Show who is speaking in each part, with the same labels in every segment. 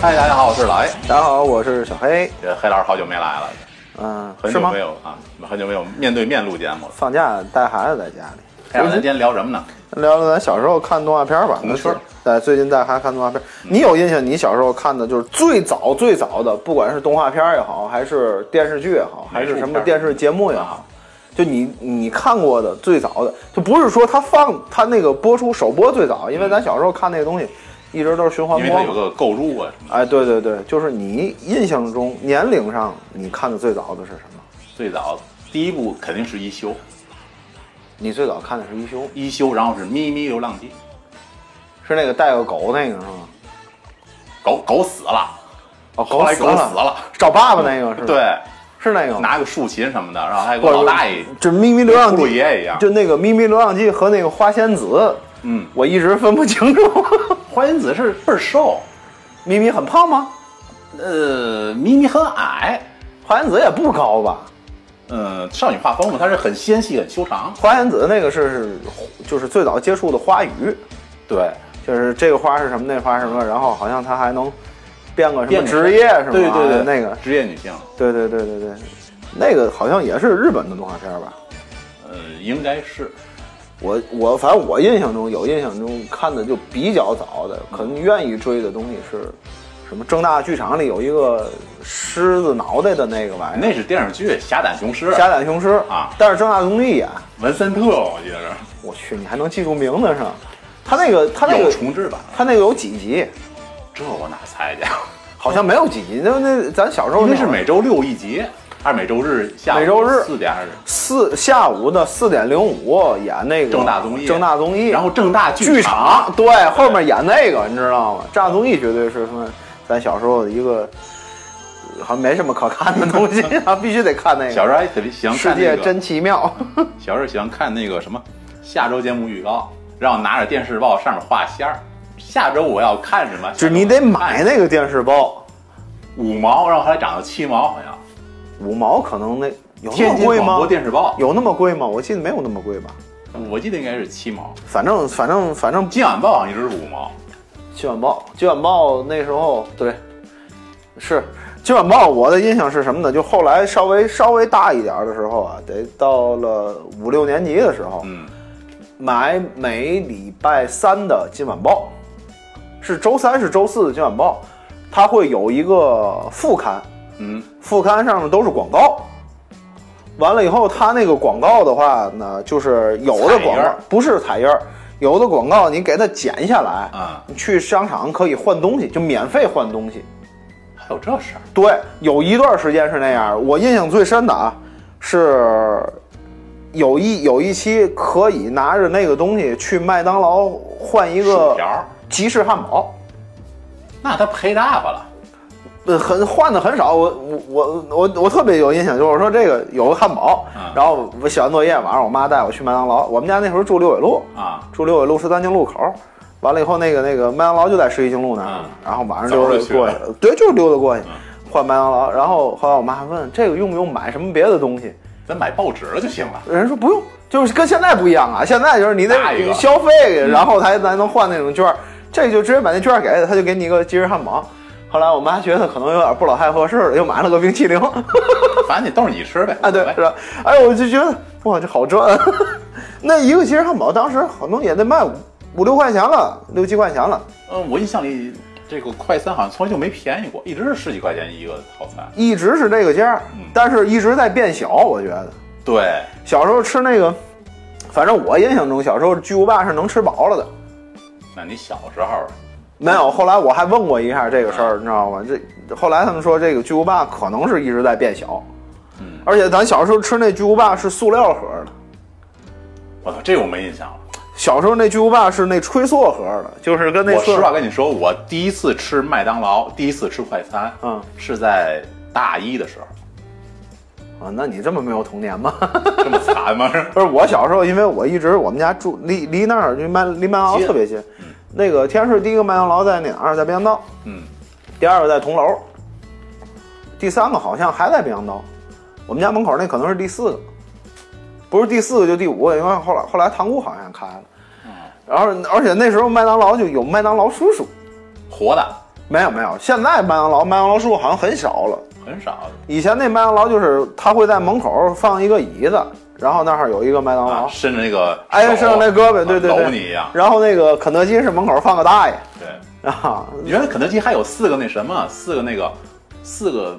Speaker 1: 嗨，大家好，我是老 A。
Speaker 2: 大家好，我是小黑。
Speaker 1: 这黑老师好久没来了，
Speaker 2: 嗯，
Speaker 1: 很
Speaker 2: 是
Speaker 1: 久
Speaker 2: 吗
Speaker 1: 没？有啊，很久没有面对面录节目了。
Speaker 2: 放假带孩子在家里，嗯
Speaker 1: 黑老师，咱今天聊什么呢？
Speaker 2: 聊聊咱小时候看动画片吧。
Speaker 1: 童趣
Speaker 2: 对，最近带孩子看动画片，
Speaker 1: 嗯
Speaker 2: 你有印象？你小时候看的就是最早最早的，不管是动画片也好，还是电视剧也好，还是什么电视节目也好，就你你看过的最早的，就不是说它放它那个播出首播最早，因为咱小时候看那个东西一直都是循环
Speaker 1: 嗯因为
Speaker 2: 播
Speaker 1: 它有。
Speaker 2: 嘛
Speaker 1: 个购入啊什么的。
Speaker 2: 哎，对对对，就是你印象中年龄上你看的最早的是什么？
Speaker 1: 最早第一部肯定是一休，
Speaker 2: 你最早看的是一休，
Speaker 1: 一休，然后是咪咪流浪记，
Speaker 2: 是那个带个狗那个是吗？
Speaker 1: 狗狗死了，
Speaker 2: 哦，
Speaker 1: 后来
Speaker 2: 死
Speaker 1: 狗
Speaker 2: 了，
Speaker 1: 死了，
Speaker 2: 找爸爸那个是？，
Speaker 1: 对，
Speaker 2: 是那个吗。
Speaker 1: 拿个竖琴什么的，然后还有
Speaker 2: 不
Speaker 1: 个
Speaker 2: 是
Speaker 1: 老大爷，
Speaker 2: 就咪咪流浪
Speaker 1: 骷髅
Speaker 2: 记，
Speaker 1: 爷爷一样。
Speaker 2: 就那个咪咪流浪记和那个花仙子，
Speaker 1: 嗯，
Speaker 2: 我一直分不清楚。
Speaker 1: 花仙子是倍儿瘦，
Speaker 2: 咪咪很胖吗？
Speaker 1: 呃，咪咪很矮，
Speaker 2: 花仙子也不高吧？
Speaker 1: 嗯，少女画风嘛，她是很纤细、很修长。
Speaker 2: 花仙子那个是就是最早接触的花语，
Speaker 1: 对，
Speaker 2: 就是这个花是什么，那花是什么，然后好像它还能变个什
Speaker 1: 变
Speaker 2: 么
Speaker 1: 个
Speaker 2: 职业是吗？
Speaker 1: 对对对，
Speaker 2: 那个，
Speaker 1: 职业女性，
Speaker 2: 对对对对对，那个好像也是日本的动画片吧？
Speaker 1: 呃，应该是
Speaker 2: 我我反正我印象中有印象中看的就比较早的，可能愿意追的东西是什么？正大剧场里有一个狮子脑袋的那个玩意
Speaker 1: 那是电视剧《侠胆雄狮
Speaker 2: 儿，》，侠胆雄狮
Speaker 1: 啊
Speaker 2: 但是正大综艺演，
Speaker 1: 文森特，我记得是
Speaker 2: 我去，你还能记住名字上？他那个他那
Speaker 1: 有
Speaker 2: 个
Speaker 1: 重制版的，
Speaker 2: 他那个有几集？
Speaker 1: 这我哪猜 去？
Speaker 2: 好像没有几集，那那咱小时候
Speaker 1: 应
Speaker 2: 那
Speaker 1: 该是每周六一集，还是每周日下午
Speaker 2: 每周日
Speaker 1: 四点还是？
Speaker 2: 四下午的四点零五演那个
Speaker 1: 正大综艺
Speaker 2: 正大综艺，
Speaker 1: 然后正大
Speaker 2: 剧
Speaker 1: 场
Speaker 2: 场，对，后面演那个，你知道吗？正大综艺绝对是他们咱小时候的一个，好像没什么可看的东西， 啊，必须得看那
Speaker 1: 小
Speaker 2: 个。
Speaker 1: 时候还特别喜欢
Speaker 2: 世
Speaker 1: 看那
Speaker 2: 界
Speaker 1: 个，
Speaker 2: 真奇妙，
Speaker 1: 小时候喜欢看那个什么下周节目预告，然后拿着电视报上面画线儿，下周我要看什么？
Speaker 2: 就是你得买那个电视包，
Speaker 1: 五毛，然后后来涨到七毛，好像。
Speaker 2: 五毛可能那有那
Speaker 1: 天
Speaker 2: 么
Speaker 1: 津
Speaker 2: 贵
Speaker 1: 广播
Speaker 2: 吗？
Speaker 1: 电视报，
Speaker 2: 有那么贵吗？我记得没有那么贵吧。
Speaker 1: 我记得应该是七毛，
Speaker 2: 反正反正反正
Speaker 1: 今晚报好像一直是五毛。
Speaker 2: 九眼豹，九眼豹那时候对，是九眼豹。我的印象是什么呢？就后来稍微稍微大一点儿的时候啊，得到了五六年级的时候，
Speaker 1: 嗯，
Speaker 2: 买每礼拜三的《今晚报》，是周三是周四的《今晚报》，它会有一个副刊，
Speaker 1: 嗯，
Speaker 2: 副刊上面都是广告。完了以后，它那个广告的话呢，就是有的
Speaker 1: 彩页
Speaker 2: 广告
Speaker 1: 儿
Speaker 2: 不是彩页儿，有的广告你给它剪下来，
Speaker 1: 啊，
Speaker 2: 你去商场可以换东西，就免费换东西。
Speaker 1: 还有这事儿，
Speaker 2: 对，有一段时间是那样。我印象最深的啊，是有一有一期可以拿着那个东西去麦当劳换一
Speaker 1: 薯
Speaker 2: 个
Speaker 1: 条儿，
Speaker 2: 吉士汉堡，
Speaker 1: 那他赔大发了。
Speaker 2: 呃，很换的很少。我我我我我特别有印象，就是说这个有个汉堡
Speaker 1: 嗯，
Speaker 2: 然后我写完作业，晚上我妈带我去麦当劳。我们家那时候住六纬路，
Speaker 1: 啊，
Speaker 2: 住六纬路十三经路口儿，完了以后那个那个麦当劳就在十一经路那儿，
Speaker 1: 嗯
Speaker 2: 然后晚上
Speaker 1: 早
Speaker 2: 溜达
Speaker 1: 上就去
Speaker 2: 过去，对，就是溜达过去、
Speaker 1: 嗯
Speaker 2: 换麦当劳。然后后来我妈问这个用不用买什么别的东西，
Speaker 1: 咱买报纸了就行了。
Speaker 2: 人说不用，就是跟现在不一样啊，现在就是你得
Speaker 1: 大一个嗯
Speaker 2: 消费，然后才才能换那种券儿，这就直接把那券儿给他，他就给你一个鸡翅汉堡。后来我妈觉得可能有点不老太合适了，又买了个 冰淇淋。
Speaker 1: 反正你都是你吃呗。
Speaker 2: 啊，对，
Speaker 1: 无
Speaker 2: 是
Speaker 1: 所谓
Speaker 2: 吧？哎，我就觉得哇，这好赚。啊 那一个鸡翅汉堡当时好像也得卖五五六块钱了，六七块钱了，
Speaker 1: 嗯，我印象里这个快餐好像从来就没便宜过，一直是十几块钱一个套餐。
Speaker 2: 一直是这个价儿
Speaker 1: 嗯，
Speaker 2: 但是一直在变小。我觉得
Speaker 1: 对，
Speaker 2: 小时候吃那个，反正我印象中小时候巨无霸是能吃饱了的。
Speaker 1: 那你小时候
Speaker 2: 没有，后来我还问过一下这个
Speaker 1: 嗯
Speaker 2: 事儿，你知道吗？这后来他们说这个巨无霸可能是一直在变小，
Speaker 1: 嗯
Speaker 2: 而且咱小时候吃那巨无霸是塑料盒的，
Speaker 1: 我操，这我没印象了。
Speaker 2: 小时候那巨无霸是那吹塑盒的，就是跟那
Speaker 1: 我
Speaker 2: 塑
Speaker 1: 实话跟你说，我第一次吃麦当劳，第一次吃快餐，
Speaker 2: 嗯
Speaker 1: 是在大一的时候，
Speaker 2: 啊，那你这么没有童年吗？
Speaker 1: 这么惨吗？ 是
Speaker 2: 不是我小时候，因为我一直我们家住离离那儿就麦离麦当劳
Speaker 1: 近
Speaker 2: 特别近。那个天安市第一个麦当劳在哪儿？在北洋道。
Speaker 1: 嗯，
Speaker 2: 第二个在铜楼，第三个好像还在北洋道。我们家门口那可能是第四个，不是第四个就第五个，因为后来后来塘沽好像开了。然后而且那时候麦当劳就有麦当劳叔叔，
Speaker 1: 活的，
Speaker 2: 没有没有，现在麦当劳、麦当劳叔好像很少了。
Speaker 1: 很少
Speaker 2: 以前那麦当劳就是他会在门口放一个椅子，然后那儿有一个麦当劳，
Speaker 1: 啊，伸着那个
Speaker 2: 哦哎
Speaker 1: 手啊
Speaker 2: 伸着那胳膊对对对
Speaker 1: 搂你一样。
Speaker 2: 然后那个肯德基是门口放个大爷
Speaker 1: 对，
Speaker 2: 啊，
Speaker 1: 原来肯德基还有四个那什么，四个那个四个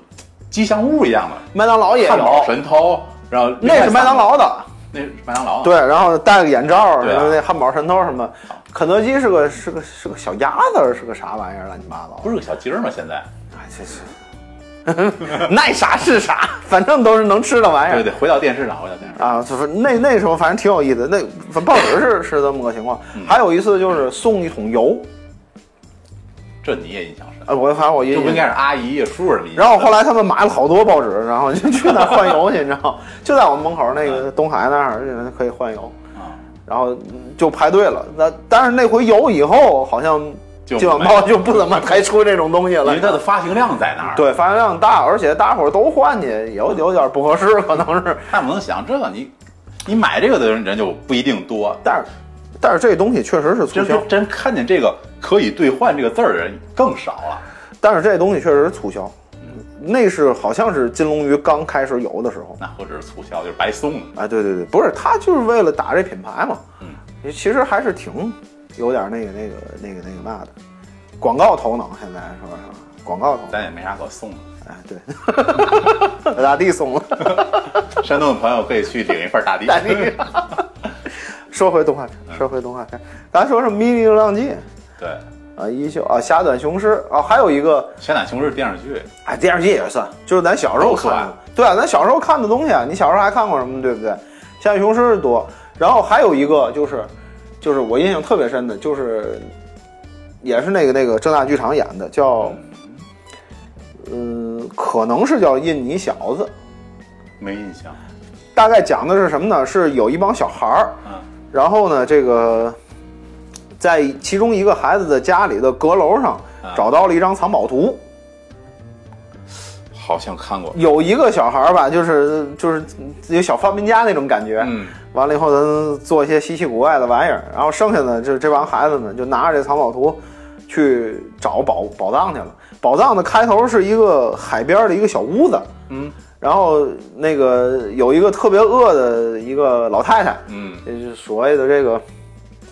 Speaker 1: 吉祥物一样的
Speaker 2: 麦当劳也
Speaker 1: 汉堡
Speaker 2: 有，
Speaker 1: 神偷，然后另外
Speaker 2: 那是麦当劳的，
Speaker 1: 那是麦当劳啊
Speaker 2: 对，然后戴个眼罩
Speaker 1: 对
Speaker 2: 什
Speaker 1: 啊
Speaker 2: 么那汉堡神偷什么，肯德基是个是个是个小鸭子，是个啥玩意儿乱七八糟
Speaker 1: 不是
Speaker 2: 的，
Speaker 1: 个小鸡儿吗？现在
Speaker 2: 哎这是 那啥是啥，反正都是能吃的玩意儿
Speaker 1: 对。对，回到电视上，回到电视上，
Speaker 2: 啊，就是那那时候反正挺有意思的，那报纸是是这么个情况。
Speaker 1: 嗯
Speaker 2: 还有一次就是送一桶油，
Speaker 1: 这你也印象深，
Speaker 2: 呃，我反正我印
Speaker 1: 就不应该
Speaker 2: 象。
Speaker 1: 是阿姨呀、叔叔你。
Speaker 2: 然后后来他们买了好多报纸，然后就去那儿换油去，你知道吗，就在我们门口那个东海那儿就可以换油，
Speaker 1: 啊，
Speaker 2: 然后就排队了。那但是那回油以后，好像
Speaker 1: 就
Speaker 2: 今晚
Speaker 1: 没
Speaker 2: 报就不怎么还出这种东西
Speaker 1: 因
Speaker 2: 了
Speaker 1: 为。它的发行量在那儿，，
Speaker 2: 对，发行量大，而且大伙儿都换去，有有点不合适，可能是。
Speaker 1: 他不能想这个，你你买这个的人就不一定多。
Speaker 2: 但是，但是这东西确实是促
Speaker 1: 真
Speaker 2: 销，
Speaker 1: 真看见这个可以兑换这个字儿的人更少了。
Speaker 2: 但是这东西确实是促销，
Speaker 1: 嗯
Speaker 2: 那是好像是金龙鱼刚开始有的时候。
Speaker 1: 那何止是促销，就是白送的。
Speaker 2: 哎，对对对，不是，他就是为了打这品牌嘛。
Speaker 1: 嗯，
Speaker 2: 其实还是挺有点那个那个那个那个那的广告头脑，现在说是广告头脑。
Speaker 1: 咱也没啥可送的。
Speaker 2: 哎，对， 咋地怂了？
Speaker 1: 山东的朋友可以去领一份大 地。
Speaker 2: 咋地？说回动画片，
Speaker 1: 嗯
Speaker 2: 说回动画片，咱说是《迷你流浪记》
Speaker 1: 对，
Speaker 2: 啊，一休啊，《侠短雄狮》啊，还有一个
Speaker 1: 《侠胆雄狮》电视剧，
Speaker 2: 哎，电视剧也算，就是咱小时候看
Speaker 1: 都算
Speaker 2: 的。对啊，咱小时候看的东西啊，你小时候还看过什么，对不对？像雄狮多，然后还有一个就是，就是我印象特别深的，就是也是那个那个正大剧场演的，叫嗯、可能是叫《印尼小子》，
Speaker 1: 没印象。
Speaker 2: 大概讲的是什么呢？是有一帮小孩儿，
Speaker 1: 嗯
Speaker 2: 然后呢，这个在其中一个孩子的家里的阁楼上
Speaker 1: 啊
Speaker 2: 找到了一张藏宝图。
Speaker 1: 好像看过。
Speaker 2: 有一个小孩儿吧，就是就是有小发明家那种感觉。
Speaker 1: 嗯，
Speaker 2: 完了以后，咱做一些稀奇古怪的玩意儿，然后剩下的就是这帮孩子们就拿着这藏宝图去找宝宝藏去了。宝藏的开头是一个海边的一个小屋子，
Speaker 1: 嗯，
Speaker 2: 然后那个有一个特别饿的一个老太太，
Speaker 1: 嗯，
Speaker 2: 也就是所谓的这个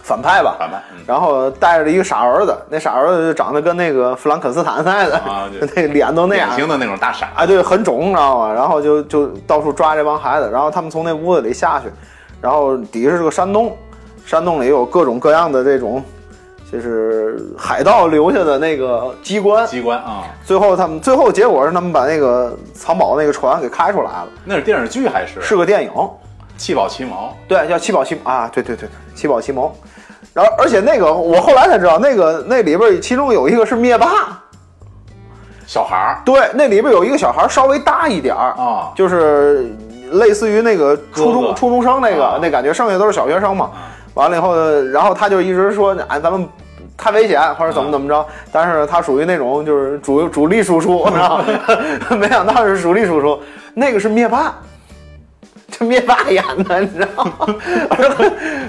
Speaker 2: 反派吧，
Speaker 1: 反派。嗯
Speaker 2: 然后带着一个傻儿子，那傻儿子就长得跟那个弗兰肯斯坦似的，
Speaker 1: 啊对
Speaker 2: 那脸都那样
Speaker 1: 典，型的那种大傻。
Speaker 2: 啊，对，很肿，你知道吗？然后就就到处抓这帮孩子，然后他们从那屋子里下去，然后底下是个山洞，山洞里有各种各样的这种，就是海盗留下的那个机关。
Speaker 1: 机关啊，
Speaker 2: 最后他们最后结果是他们把那个藏宝那个船给开出来了，
Speaker 1: 那是电视剧还是
Speaker 2: 是个电影，
Speaker 1: 七宝奇谋？
Speaker 2: 对，叫七宝奇啊，对对对，七宝奇谋。然后而且那个我后来才知道，那个那里边儿其中有一个是灭霸，
Speaker 1: 小孩儿
Speaker 2: 对，那里边儿有一个小孩儿稍微大一点儿
Speaker 1: 啊，
Speaker 2: 就是类似于那个
Speaker 1: 哥
Speaker 2: 初
Speaker 1: 哥
Speaker 2: 中初中生那个、
Speaker 1: 啊
Speaker 2: 那感觉，剩下都是小学生嘛。完了以后，然后他就一直说，哎，咱们太危险，或者怎么怎么着。
Speaker 1: 啊
Speaker 2: 但是他属于那种就是主主力输出，然后 没想到是主力输出，那个是灭霸。这灭霸演的，你知 道吗？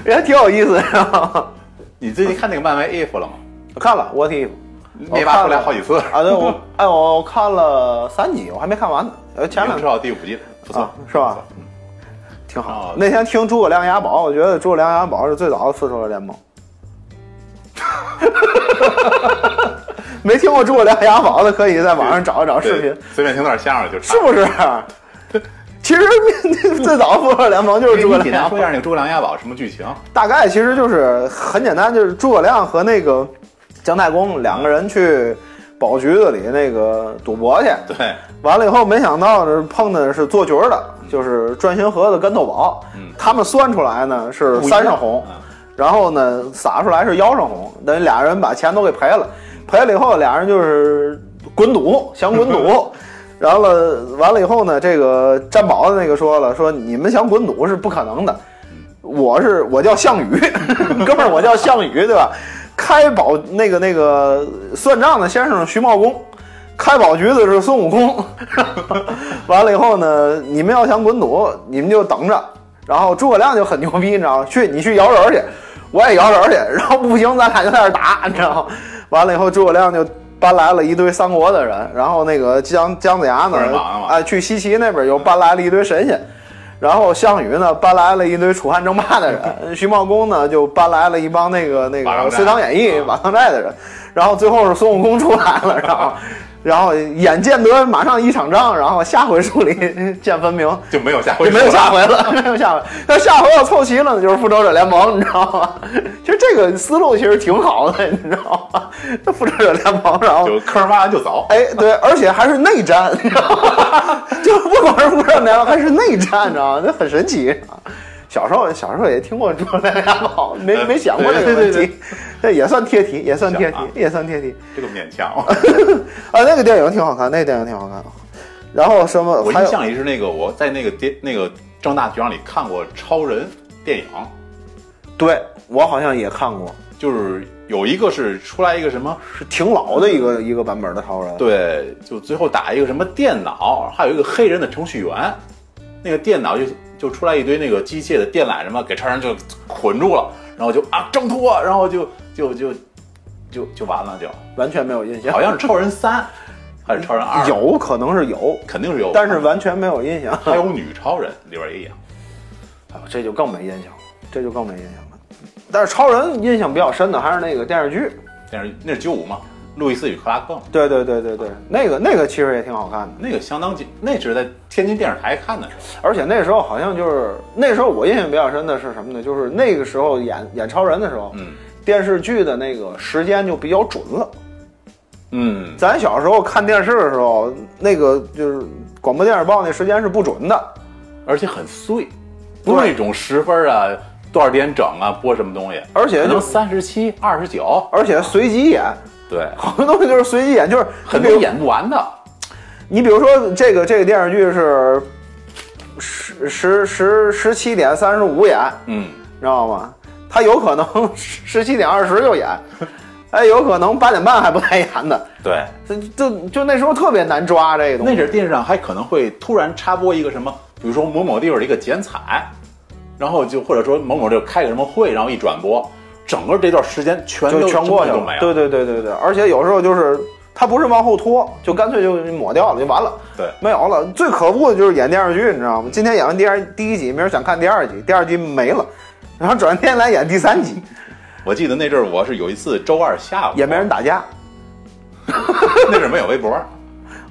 Speaker 2: 也挺有意思，你知道吗？
Speaker 1: 你最近看那个漫威 if 了吗？
Speaker 2: 我看了《我 t 我
Speaker 1: 灭霸出来好几次，
Speaker 2: 啊，对我，哎，我看了三集，我还没看完呢。呃，前两
Speaker 1: 已经出到第五季了，不错
Speaker 2: 啊，是吧
Speaker 1: 不错？嗯
Speaker 2: 挺
Speaker 1: 然后
Speaker 2: 哦好。那天听诸葛亮押宝，我觉得诸葛亮押宝是最早的复仇者联盟。 没听过诸葛亮押宝的，可以在网上找一找啊视频
Speaker 1: 对，随便听段相声就差
Speaker 2: 是。不是？其实 最早的复仇者联盟就是诸葛
Speaker 1: 你简单
Speaker 2: 亮
Speaker 1: 说一，下那个诸葛亮押宝什么剧情？
Speaker 2: 大概其实就是很简单，就是诸葛亮和那个姜太公两个人去保局子里那个赌博去，
Speaker 1: 对，
Speaker 2: 完了以后，没想到是碰的是做角儿的，就是转心河的跟头宝。
Speaker 1: 嗯
Speaker 2: 他们算出来呢是
Speaker 1: 不一样
Speaker 2: 三上红，
Speaker 1: 嗯
Speaker 2: 然后呢撒出来是腰上红，等于俩人把钱都给赔了，赔了以后俩人就是滚赌，想 滚赌。然后了，完了以后呢，这个占宝的那个说了，说你们想滚赌是不可能的，我是我叫项 羽，哥们儿，我叫项羽，对吧？开宝那个那个算账的先生是徐茂公，开宝局的是孙悟空。 完了以后呢，你们要想滚赌，你们就等着。然后诸葛亮就很牛逼，你知道吗？去你去摇人去，我也摇人去，然后不行咱俩就在这儿打，你知道吗？完了以后诸葛亮就搬来了一堆三国的人，然后那个姜姜子牙呢
Speaker 1: 封神榜嘛，
Speaker 2: 哎，去西岐那边又搬来了一堆神仙，然后项羽呢搬来了一堆楚汉争霸 的人，徐茂公呢就搬来了一帮那个那个
Speaker 1: 瓦岗
Speaker 2: 《
Speaker 1: 寨
Speaker 2: 隋唐演义》
Speaker 1: 啊
Speaker 2: 瓦岗寨的人，然后最后是孙悟空出来了，然后然后眼见得马上一场仗，然后下回书里见分明。
Speaker 1: 就没有下回
Speaker 2: 就
Speaker 1: 书
Speaker 2: 没有
Speaker 1: 了
Speaker 2: 下回了， 没有下回。那下回要凑齐了，那就是复仇者联盟，你知道吗？ 其实这个思路其实挺好的，你知道吗？ 那复仇者联盟，然后
Speaker 1: 就坑儿挖完就走。
Speaker 2: 哎，对，而且还是内战， 你知道吗？就不光是复仇者联盟，还是内战，你知道吗？那很神奇。小时候小时候也听过《诸葛亮家宝》，没
Speaker 1: 呃
Speaker 2: 没想过这
Speaker 1: 对
Speaker 2: 个
Speaker 1: 对
Speaker 2: 问
Speaker 1: 对
Speaker 2: 题，这也算贴题，也算贴题
Speaker 1: 想啊，
Speaker 2: 也算贴题。
Speaker 1: 这个勉 强。
Speaker 2: 啊，那个电影挺好看，那个电影挺好看。然后什么？
Speaker 1: 我
Speaker 2: 呃还
Speaker 1: 印
Speaker 2: 有
Speaker 1: 象里是那个我在那个电那个正大剧场里看过超人电影，
Speaker 2: 对我好像也看过，
Speaker 1: 就是有一个是出来一个什么，
Speaker 2: 是挺老的一个一个版本的超人。
Speaker 1: 对，就最后打一个什么电脑，还有一个黑人的程序员，那个电脑就就出来一堆那个机械的电缆什么，给超人就捆住了，然后就啊挣脱，然后就就就就就完了，就
Speaker 2: 完全没有印象
Speaker 1: 好，像是超人三还是超人二，
Speaker 2: 有可能是有，
Speaker 1: 肯定是有，
Speaker 2: 但是完全没有印象。
Speaker 1: 还有女超人里边也演，
Speaker 2: 哎呦这就更没印象了，这就更没印象了。但是超人印象比较深的还是那个电视剧，
Speaker 1: 但是那是九五嘛，路易斯与克拉克嘛。
Speaker 2: 对对对对对，那个那个其实也挺好看的，
Speaker 1: 那个相当紧，那是在天津电视台看的时候，
Speaker 2: 而且那时候好像就是那时候我印象比较深的是什么呢？就是那个时候演演超人的时候，
Speaker 1: 嗯
Speaker 2: 电视剧的那个时间就比较准了。
Speaker 1: 嗯，
Speaker 2: 咱小时候看电视的时候，那个就是广播电视报那时间是不准的，
Speaker 1: 而且很碎，不是那种十分啊，多少点整啊，播什么东西，
Speaker 2: 而且
Speaker 1: 可
Speaker 2: 就
Speaker 1: 能三十七、二十九，
Speaker 2: 而且随机演，
Speaker 1: 对，
Speaker 2: 好多东西就是随机演，就是
Speaker 1: 很
Speaker 2: 你
Speaker 1: 多
Speaker 2: 比如
Speaker 1: 演不完的，
Speaker 2: 你比如说这个这个电视剧是十十十十七点三十五演，
Speaker 1: 嗯，
Speaker 2: 你知道吗？他有可能 十七点二十就演，哎，有可能八点半还不带演的，
Speaker 1: 对，
Speaker 2: 就就就那时候特别难抓这个东
Speaker 1: 那
Speaker 2: 西。
Speaker 1: 阵儿电视上还可能会突然插播一个什么，比如说某某地方的一个剪彩，然后就或者说某某地儿开个什么会，然后一转播，整个这段时间全
Speaker 2: 就
Speaker 1: 都
Speaker 2: 全过去
Speaker 1: 都没
Speaker 2: 了，
Speaker 1: 了，
Speaker 2: 对对对对对，而且有时候就是他不是往后拖，就干脆就抹掉了，就完了，
Speaker 1: 对
Speaker 2: 没有了。最可恶的就是演电视剧，你知道吗？今天演完第二第一集，明儿想看第二集，第二集没了，然后转天来演第三集，
Speaker 1: 我记得那阵儿我是有一次周二下午，
Speaker 2: 也没人打架，
Speaker 1: 那阵儿没有微博，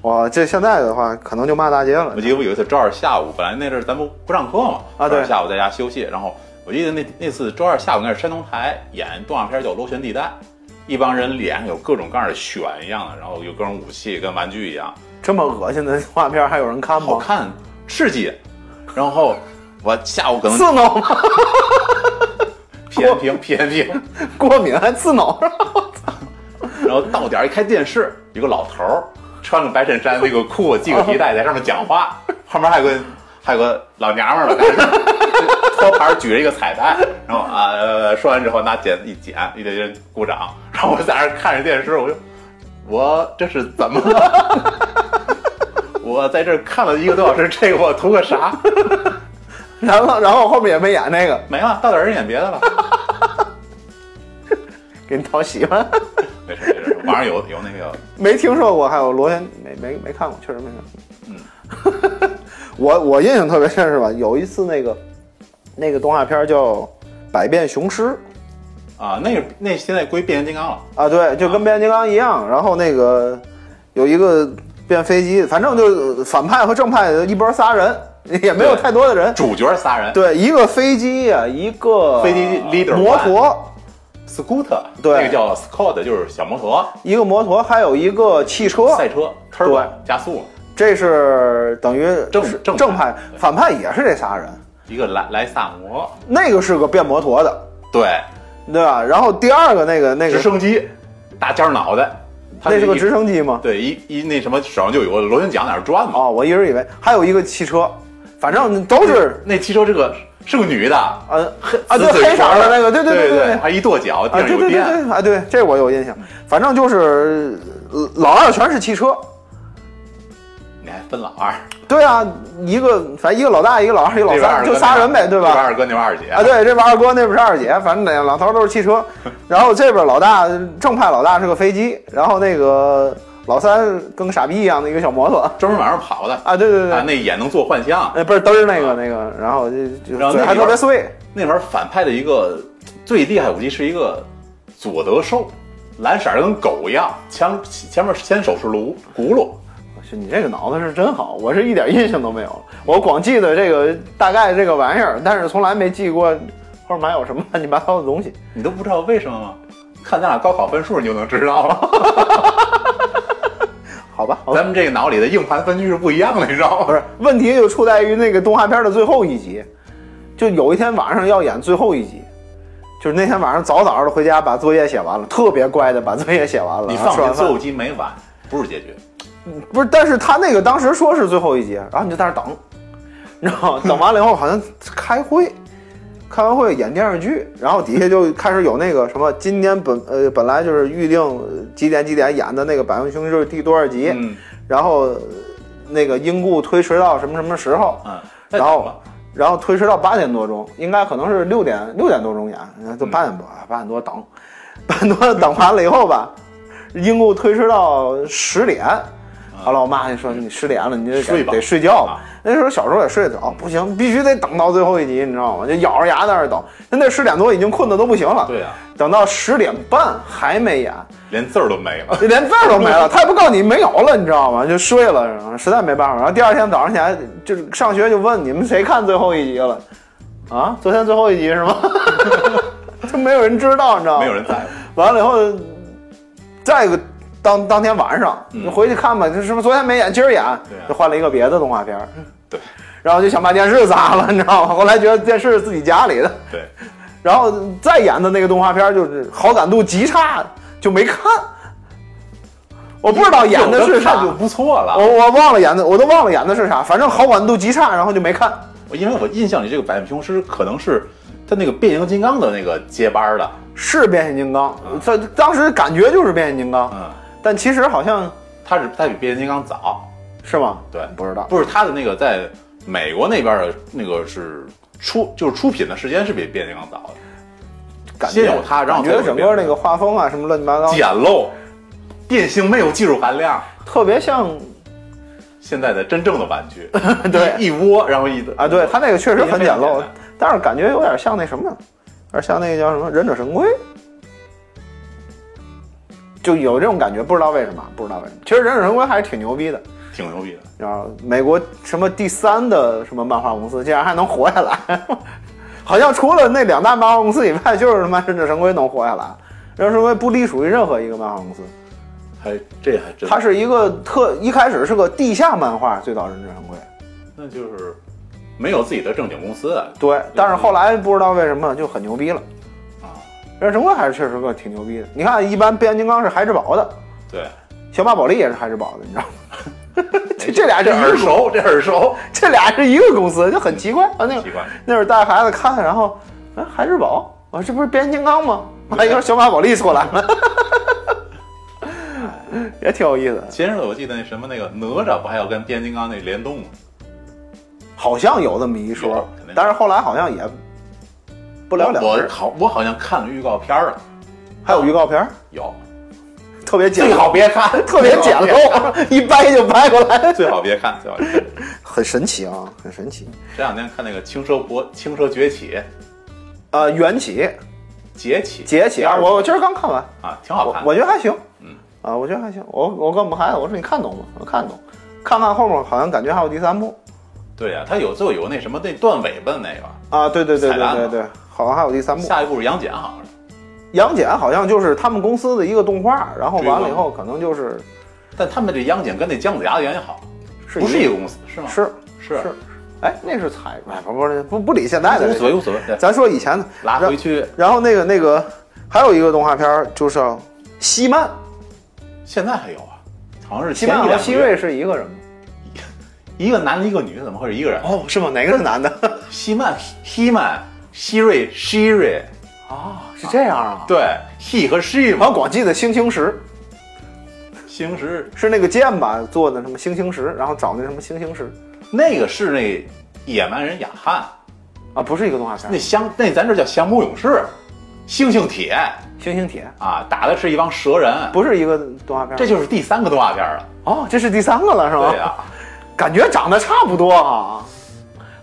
Speaker 2: 哇，这现在的话可能就骂大街了
Speaker 1: 我。记得我有一次周二下午，本来那阵儿咱不不上课嘛，
Speaker 2: 啊
Speaker 1: 周二
Speaker 2: 对
Speaker 1: 下午在家休息，然后我记得那那次周二下午应该是山东台演动画片叫《螺旋地带》，一帮人脸上有各种各样的癣一样的，然后有各种武器跟玩具一样，
Speaker 2: 这么恶心的动画片还有人看
Speaker 1: 好
Speaker 2: 啊吗？
Speaker 1: 看刺激。然后我下午可能
Speaker 2: 刺挠吗？
Speaker 1: 偏平偏平，
Speaker 2: 过敏还刺挠？
Speaker 1: 然后到点儿一开电视，有个老头儿穿个白衬衫，那个裤系个皮带，在上面讲话， 旁边还有个还有个老娘们儿吧， 托盘儿举着一个彩带，然后啊、呃说完之后拿剪一剪，一堆人鼓掌，然后我在那儿看着电视，我就我这是怎么了？ 我在这儿看了一个多小时，这个我图个啥？
Speaker 2: 然后然后后面也没演那个，
Speaker 1: 没了，到点儿人演别的了。
Speaker 2: 给你讨喜欢。
Speaker 1: 没事没事，网上有有那个
Speaker 2: 没听说过，还有螺旋没没没看过，确实没看过。
Speaker 1: 嗯，
Speaker 2: 我我印象特别深是吧？有一次那个那个动画片叫《百变雄狮》
Speaker 1: 啊，那个那现在归变形金刚了。
Speaker 2: 啊，对，就跟变形金刚一样，然后那个有一个变飞机，反正就是反派和正派一波仨人，也没有
Speaker 1: 对
Speaker 2: 太多的人。
Speaker 1: 主角仨人，
Speaker 2: 对，一个飞机呀、一个
Speaker 1: 飞机 leader
Speaker 2: 摩托，
Speaker 1: scooter，
Speaker 2: 对
Speaker 1: 那个叫 scot，就是小摩托、
Speaker 2: 一个摩托，还有一个汽车。
Speaker 1: 赛车、turbo 加速，
Speaker 2: 这是等于
Speaker 1: 正
Speaker 2: 是
Speaker 1: 正派
Speaker 2: 正派，
Speaker 1: 对
Speaker 2: 反派也是这仨人。
Speaker 1: 一个莱莱萨摩，
Speaker 2: 那个是个变摩托的，
Speaker 1: 对，
Speaker 2: 对吧？然后第二个那个那个
Speaker 1: 直升机，大尖脑袋，它
Speaker 2: 那是个
Speaker 1: 一
Speaker 2: 直升机吗？
Speaker 1: 对一一那什么手上就有个螺旋桨在那儿转嘛，
Speaker 2: 哦，我一直以为还有一个汽车，反正都是
Speaker 1: 那汽车这个是个女的啊，
Speaker 2: 呃黑啊对
Speaker 1: 紫色
Speaker 2: 黑色的
Speaker 1: 裙
Speaker 2: 那个，对
Speaker 1: 对
Speaker 2: 对对
Speaker 1: 对，还一跺脚，地
Speaker 2: 啊
Speaker 1: 上
Speaker 2: 对
Speaker 1: 有
Speaker 2: 对对
Speaker 1: 电，
Speaker 2: 对啊对，这我有印象。反正就是呃老二全是汽车，
Speaker 1: 你还分老二，
Speaker 2: 对啊，一个反正一个老大，一个老二，一个老
Speaker 1: 这边
Speaker 2: 三，
Speaker 1: 二哥
Speaker 2: 就仨人呗，对
Speaker 1: 这边
Speaker 2: 吧？
Speaker 1: 二哥那边二姐
Speaker 2: 啊，对，这边二哥，那边是二姐，反正两老头都是 汽车，然后这边老大正派老大是个飞机，然后那个老三跟个傻逼一样的一个小摩托
Speaker 1: 专门往上跑的，
Speaker 2: 啊，对对对
Speaker 1: 啊，，那眼能做幻象，
Speaker 2: 那倍儿嘚儿那个那个，然后就
Speaker 1: 然
Speaker 2: 就
Speaker 1: 后
Speaker 2: 嘴
Speaker 1: 那
Speaker 2: 还
Speaker 1: 里边
Speaker 2: 特别碎，
Speaker 1: 那玩意儿反派的一个最厉害武器是一个佐德兽，蓝色儿跟狗一样，前前面先手是轱轱辘，
Speaker 2: 我去，你这个脑子是真好，我是一点印象都没有了。我光记得这个大概这个玩意儿，但是从来没记过后面有什么乱七八糟的东西。
Speaker 1: 你都不知道为什么吗？看咱俩高考分数你就能知道了。
Speaker 2: 好吧，好吧
Speaker 1: 咱们这个脑里的硬盘分区是不一样的，你知道
Speaker 2: 不
Speaker 1: 吗？
Speaker 2: 是问题就出在于那个动画片的最后一集，就有一天晚上要演最后一集，就是那天晚上早早的回家把作业写完了，特别乖的把作业写完了。
Speaker 1: 你
Speaker 2: 然后
Speaker 1: 放
Speaker 2: 吃
Speaker 1: 心，
Speaker 2: 完
Speaker 1: 最
Speaker 2: 饭
Speaker 1: 后集没完，不是结局。
Speaker 2: 不是，但是他那个当时说是最后一集，然后你就在那儿等，你知道吗？等完了以后好像开会，开完会演电视剧，然后底下就开始有那个什么，今年本呃本来就是预定呃几点几点演的那个《百万雄师》第多少集，
Speaker 1: 嗯
Speaker 2: 然后呃那个英固推迟到什么什么时候，
Speaker 1: 嗯，再
Speaker 2: 然
Speaker 1: 等
Speaker 2: 后
Speaker 1: 吧。
Speaker 2: 然后推迟到八点多钟，应该可能是六点六点多钟演，就八点多八点多等，八点多等完了以后吧，英固推迟到十点。后来我妈就说：“你十点了，你就
Speaker 1: 睡
Speaker 2: 得
Speaker 1: 吧
Speaker 2: 得睡觉
Speaker 1: 啊
Speaker 2: 吧。”那时候小时候也睡得着，不行，必须得等到最后一集，你知道吗？就咬着牙在那儿等。那那十点多已经困得都不行了，
Speaker 1: 对 啊，
Speaker 2: 等到十点半还没演，
Speaker 1: 连字儿都没了。
Speaker 2: 就连字儿都没 了，他也不告诉你没有了，你知道吗？就睡了，然后实在没办法。然后第二天早上起来，就是上学就问你们谁看最后一集了？啊，昨天最后一集是吗？ 就没有人知道，你知道吗？
Speaker 1: 没有人在乎。
Speaker 2: 完了以后，再一个当当天晚上，你回去看吧，这是不是昨天没演，今儿演
Speaker 1: 嗯对啊，
Speaker 2: 就换了一个别的动画片儿，
Speaker 1: 对
Speaker 2: 然后就想把电视砸了，你知道吗？后来觉得电视是自己家里的，
Speaker 1: 对，
Speaker 2: 然后再演的那个动画片儿就是好感度极差，就没看。 我不知道演的是啥哦
Speaker 1: 有看，就不错了。
Speaker 2: 我我忘了演的，我都忘了演的是啥，反正好感度极差，然后就没看。
Speaker 1: 我因为我印象里这个百变雄狮可能是他那个变形金刚的那个接班的，
Speaker 2: 是变形金刚，这当时感觉就是变形金刚，
Speaker 1: 嗯，
Speaker 2: 但其实好像
Speaker 1: 他是他比变形金刚早，
Speaker 2: 是吗？
Speaker 1: 对
Speaker 2: 不知道。
Speaker 1: 不是他的那个在美国那边的那个是出就是出品的时间是比变形金刚早的，
Speaker 2: 感觉
Speaker 1: 先有它然后
Speaker 2: 感觉
Speaker 1: 才有
Speaker 2: 整
Speaker 1: 别
Speaker 2: 个
Speaker 1: 的
Speaker 2: 那个画风啊什么乱七八糟，
Speaker 1: 简陋，变性没有技术含量，
Speaker 2: 特别像
Speaker 1: 现在的真正的玩具，
Speaker 2: 对
Speaker 1: 一一窝然后一
Speaker 2: 啊，对它那个确实很简
Speaker 1: 非常
Speaker 2: 陋
Speaker 1: 嗯简单，
Speaker 2: 但是感觉有点像那什么，有点像那个叫什么《忍者神龟》，就有这种感觉，不知道为什么，不知道为什么。其实《忍者神龟》还是挺牛逼的，
Speaker 1: 挺牛逼的。
Speaker 2: 然后美国什么第三的什么漫画公司竟然还能活下来， 好像除了那两大漫画公司以外，就是他妈《忍者神龟》能活下来，《忍者神龟》不隶属于任何一个漫画公司。
Speaker 1: 还这还真
Speaker 2: 它是一个特一开始是个地下漫画，最早是《忍者神龟》，
Speaker 1: 那就是没有自己的正经公司啊，
Speaker 2: 对，但是后来不知道为什么就很牛逼了。
Speaker 1: 啊
Speaker 2: 忍者神龟还是确实个挺牛逼的。你看，一般变形金刚是孩之宝的，
Speaker 1: 对，
Speaker 2: 小马宝莉也是孩之宝的，你知道吗？ 这这俩是
Speaker 1: 这
Speaker 2: 一
Speaker 1: 耳
Speaker 2: 个公，
Speaker 1: 熟这耳熟，
Speaker 2: 这俩是一个公司，就很奇怪啊。那会儿
Speaker 1: 奇怪，
Speaker 2: 那会儿带孩子看，然后哎，孩之宝，我说这不是变形金刚吗？还有小马宝莉出来了， 也挺有意思的。
Speaker 1: 前日子我记得那什么那个哪吒不还要跟变形金刚那联动吗？
Speaker 2: 好像有这么一
Speaker 1: 有
Speaker 2: 说
Speaker 1: 肯定有，
Speaker 2: 但是后来好像也不了了
Speaker 1: 我
Speaker 2: 之。
Speaker 1: 好我好像看了预告片了，
Speaker 2: 还有预告片儿，
Speaker 1: 有
Speaker 2: 特别简
Speaker 1: 最好
Speaker 2: 陋，
Speaker 1: 别看，
Speaker 2: 特别简
Speaker 1: 最好别
Speaker 2: 陋，一掰就掰过来
Speaker 1: 看，，最好别看，最好别看。
Speaker 2: 很神奇啊，很神奇。
Speaker 1: 这两天看那个《青蛇博青蛇崛起》
Speaker 2: 呃，缘起
Speaker 1: 崛起
Speaker 2: 节起啊，我我今儿刚看完，
Speaker 1: 啊，挺好
Speaker 2: 我
Speaker 1: 看的。
Speaker 2: 我觉得还行，
Speaker 1: 嗯
Speaker 2: 啊，我觉得还行。我我跟我们孩子我说你看懂吗？我看懂，看看后面好像感觉还有第三幕
Speaker 1: 对呀、他有最后有那什么那断尾巴的那个，
Speaker 2: 啊，对对对
Speaker 1: 彩蛋
Speaker 2: 对对
Speaker 1: 嘛
Speaker 2: 对，好像还有第三幕。
Speaker 1: 下一步是杨戬好像是，
Speaker 2: 杨戬好像就是他们公司的一个动画，然后完了以后可能就是
Speaker 1: 但他们这杨戬跟那姜子牙的原也好，
Speaker 2: 是
Speaker 1: 不是
Speaker 2: 一
Speaker 1: 一
Speaker 2: 个
Speaker 1: 个公司是吗？
Speaker 2: 是
Speaker 1: 是
Speaker 2: 是，哎，那是彩，哎，不不是不不理现在的
Speaker 1: 无
Speaker 2: 这
Speaker 1: 所
Speaker 2: 个，
Speaker 1: 谓无所谓，对，
Speaker 2: 咱说以前的。
Speaker 1: 拉回去。
Speaker 2: 然后那个那个还有一个动画片儿就是《西曼》，
Speaker 1: 现在还有啊，好像是
Speaker 2: 西
Speaker 1: 前
Speaker 2: 曼
Speaker 1: 一
Speaker 2: 和
Speaker 1: 两
Speaker 2: 西
Speaker 1: 个月
Speaker 2: 瑞是一个人吗？
Speaker 1: 一个男的，一个女的，怎么会是一个人？
Speaker 2: 哦，是吗？哪个 是男的？
Speaker 1: 希曼希曼希瑞希瑞，
Speaker 2: 啊，是这样啊。哦
Speaker 1: 对，he 和 she 嘛
Speaker 2: 好，像光记得《星星石》，
Speaker 1: 星石，
Speaker 2: 是那个剑吧做的什么星星石，然后找那什么星星石
Speaker 1: 那个是那野蛮人雅汉，
Speaker 2: 啊，不是一个动画片
Speaker 1: 那
Speaker 2: 儿，
Speaker 1: 香那咱这叫降魔勇士，猩猩铁
Speaker 2: 星星铁
Speaker 1: 啊，打的是一帮蛇人，
Speaker 2: 不是一个动画片儿，
Speaker 1: 这就是第三个动画片了。
Speaker 2: 哦，这是第三个了是吗？
Speaker 1: 对啊 呀、
Speaker 2: 感觉长得差不多啊。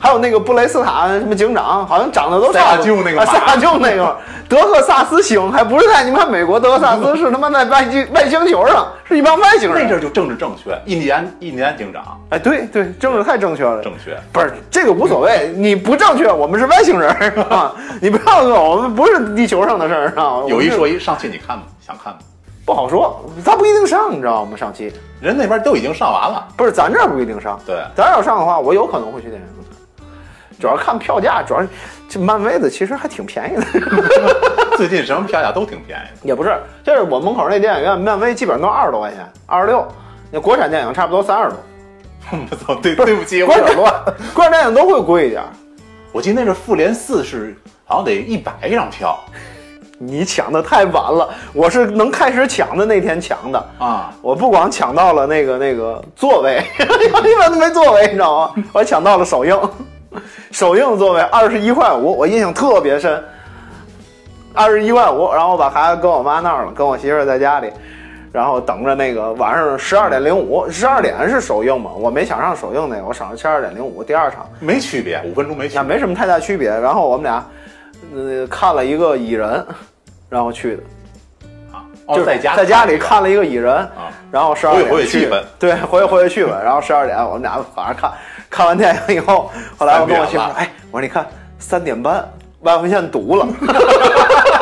Speaker 2: 还有那个布雷斯塔什么警长，好像长得都差
Speaker 1: 萨拉
Speaker 2: 不多。
Speaker 1: 舅那个马
Speaker 2: 啊萨就那个德克萨斯星，还不是在你们看美国德克萨斯是他妈在外星外星球上，是一帮外星
Speaker 1: 那
Speaker 2: 人。
Speaker 1: 阵儿就政治正确，印第安印第安警长
Speaker 2: 哎，对对，政治太正确了。
Speaker 1: 正确，
Speaker 2: 不是这个无所谓，
Speaker 1: 嗯
Speaker 2: 你不正确，我们是外星人啊！你不要问我们不是地球上的事儿啊。
Speaker 1: 有一
Speaker 2: 我们
Speaker 1: 说一，上期你看吗？想看吗？
Speaker 2: 是不好说，咱不一定上，你知道吗？上期
Speaker 1: 人那边都已经上完了，
Speaker 2: 不是咱这儿不一定上，
Speaker 1: 对，
Speaker 2: 咱要上的话，我有可能会去电影院主要看票价，主要是这漫威的其实还挺便宜的，
Speaker 1: 最近什么票价都挺便宜的。
Speaker 2: 也不是，就是我门口那电影院，漫威基本上都二十多块钱，二十六。那国产电影差不多三十多，
Speaker 1: 我操，对对 不起，我
Speaker 2: 国产乱，国产电影都会贵一点。
Speaker 1: 我记得那是复联四是好像得一百张票
Speaker 2: 你抢的太晚了，我是能开始抢的那天抢的，
Speaker 1: 啊，
Speaker 2: 我不光抢到了那个那个座位， 一般都没座位，你知道吗？我还抢到了首映，首映座位二十一块五，我印象特别深，二十一块五。然后我把孩子跟我妈那儿了，跟我媳妇儿在家里，然后等着那个晚上十二点零五，十二点是首映嘛，我没想上首映那个，我上十二点零五第二场，
Speaker 1: 没区别，五分钟没区
Speaker 2: 也
Speaker 1: 别。
Speaker 2: 没什么太大区别。然后我们俩，呃，看了一个蚁人，然后去的，
Speaker 1: 啊，
Speaker 2: 就
Speaker 1: 哦，
Speaker 2: 是
Speaker 1: 在家
Speaker 2: 在家里看了一个蚁人，
Speaker 1: 啊，
Speaker 2: 然后十二点
Speaker 1: 活跃
Speaker 2: 去
Speaker 1: 气氛，
Speaker 2: 对，活跃活跃气氛。然后十二点我们俩晚上看，看完电影以后，后来我跟我媳妇
Speaker 1: 三点了
Speaker 2: 说，哎，我说你看三点半外环线堵了，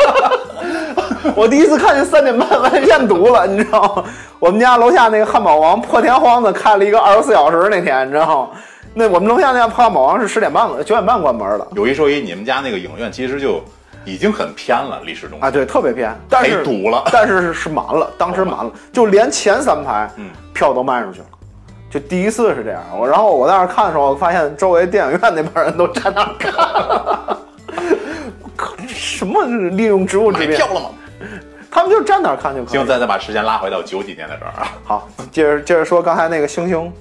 Speaker 2: 我第一次看见三点半外环线堵了，你知道吗？我们家楼下那个汉堡王破天荒的开了一个二十四小时那天，你知道吗？那我们楼下那家汉堡王是十点半九点半关门了
Speaker 1: 有一说一，你们家那个影院其实就已经很偏了，离市中心
Speaker 2: 啊，对，特别偏，但
Speaker 1: 忒
Speaker 2: 是
Speaker 1: 堵了。
Speaker 2: 但是是满了，当时满了，就连前三排，
Speaker 1: 嗯，
Speaker 2: 票都卖出去了。就第一次是这样，我然后我在那儿看的时候，我发现周围电影院那帮人都站那儿看，可什么利用职务之
Speaker 1: 买
Speaker 2: 便
Speaker 1: 票，了吗？
Speaker 2: 他们就站那儿看就可以
Speaker 1: 行，。咱再把时间拉回到九几年的这儿啊，
Speaker 2: 好，接着接着说刚才那个星星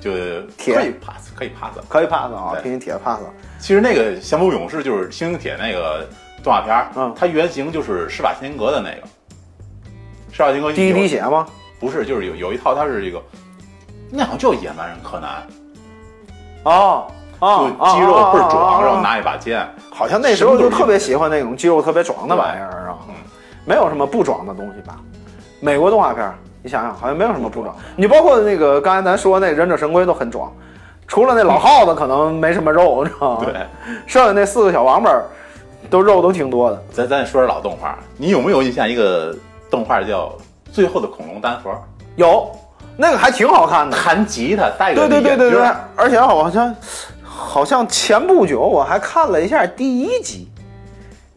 Speaker 1: 就
Speaker 2: 铁
Speaker 1: 可以 pass，可以 pass。
Speaker 2: 可以 pass 啊，
Speaker 1: 对
Speaker 2: 拼音铁 pass，
Speaker 1: 其实那个《降魔勇士》就是《星星铁》那个动画片儿，
Speaker 2: 嗯
Speaker 1: 它原型就是施瓦辛格的那个。施瓦辛格有
Speaker 2: 第一滴血吗？
Speaker 1: 不是，就是有有一套，它是一个，那好像叫《野蛮人柯南》，
Speaker 2: 哦
Speaker 1: 就
Speaker 2: 哦，
Speaker 1: 肌肉倍儿壮，然后
Speaker 2: 拿。
Speaker 1: 拿一把剑。
Speaker 2: 好像那时候
Speaker 1: 什么都
Speaker 2: 就
Speaker 1: 是
Speaker 2: 特别喜欢那种肌肉特别壮的玩意儿啊
Speaker 1: 嗯，
Speaker 2: 没有什么不壮的东西吧？美国动画片儿，你想想，好像没有什么不壮。你包括那个刚才咱说那忍者神龟都很壮，除了那老耗子可能没什么肉，你知道吗？
Speaker 1: 对，
Speaker 2: 剩下那四个小王八儿都肉都挺多的。
Speaker 1: 咱咱说点老动画，你有没有印象一个动画叫《最后的恐龙丹佛
Speaker 2: 有那个还挺好看》？的，
Speaker 1: 弹吉他戴着
Speaker 2: 对
Speaker 1: 那
Speaker 2: 对对
Speaker 1: 眼
Speaker 2: 对
Speaker 1: 镜
Speaker 2: 对
Speaker 1: 儿，
Speaker 2: 而且好像好像前不久我还看了一下第一集。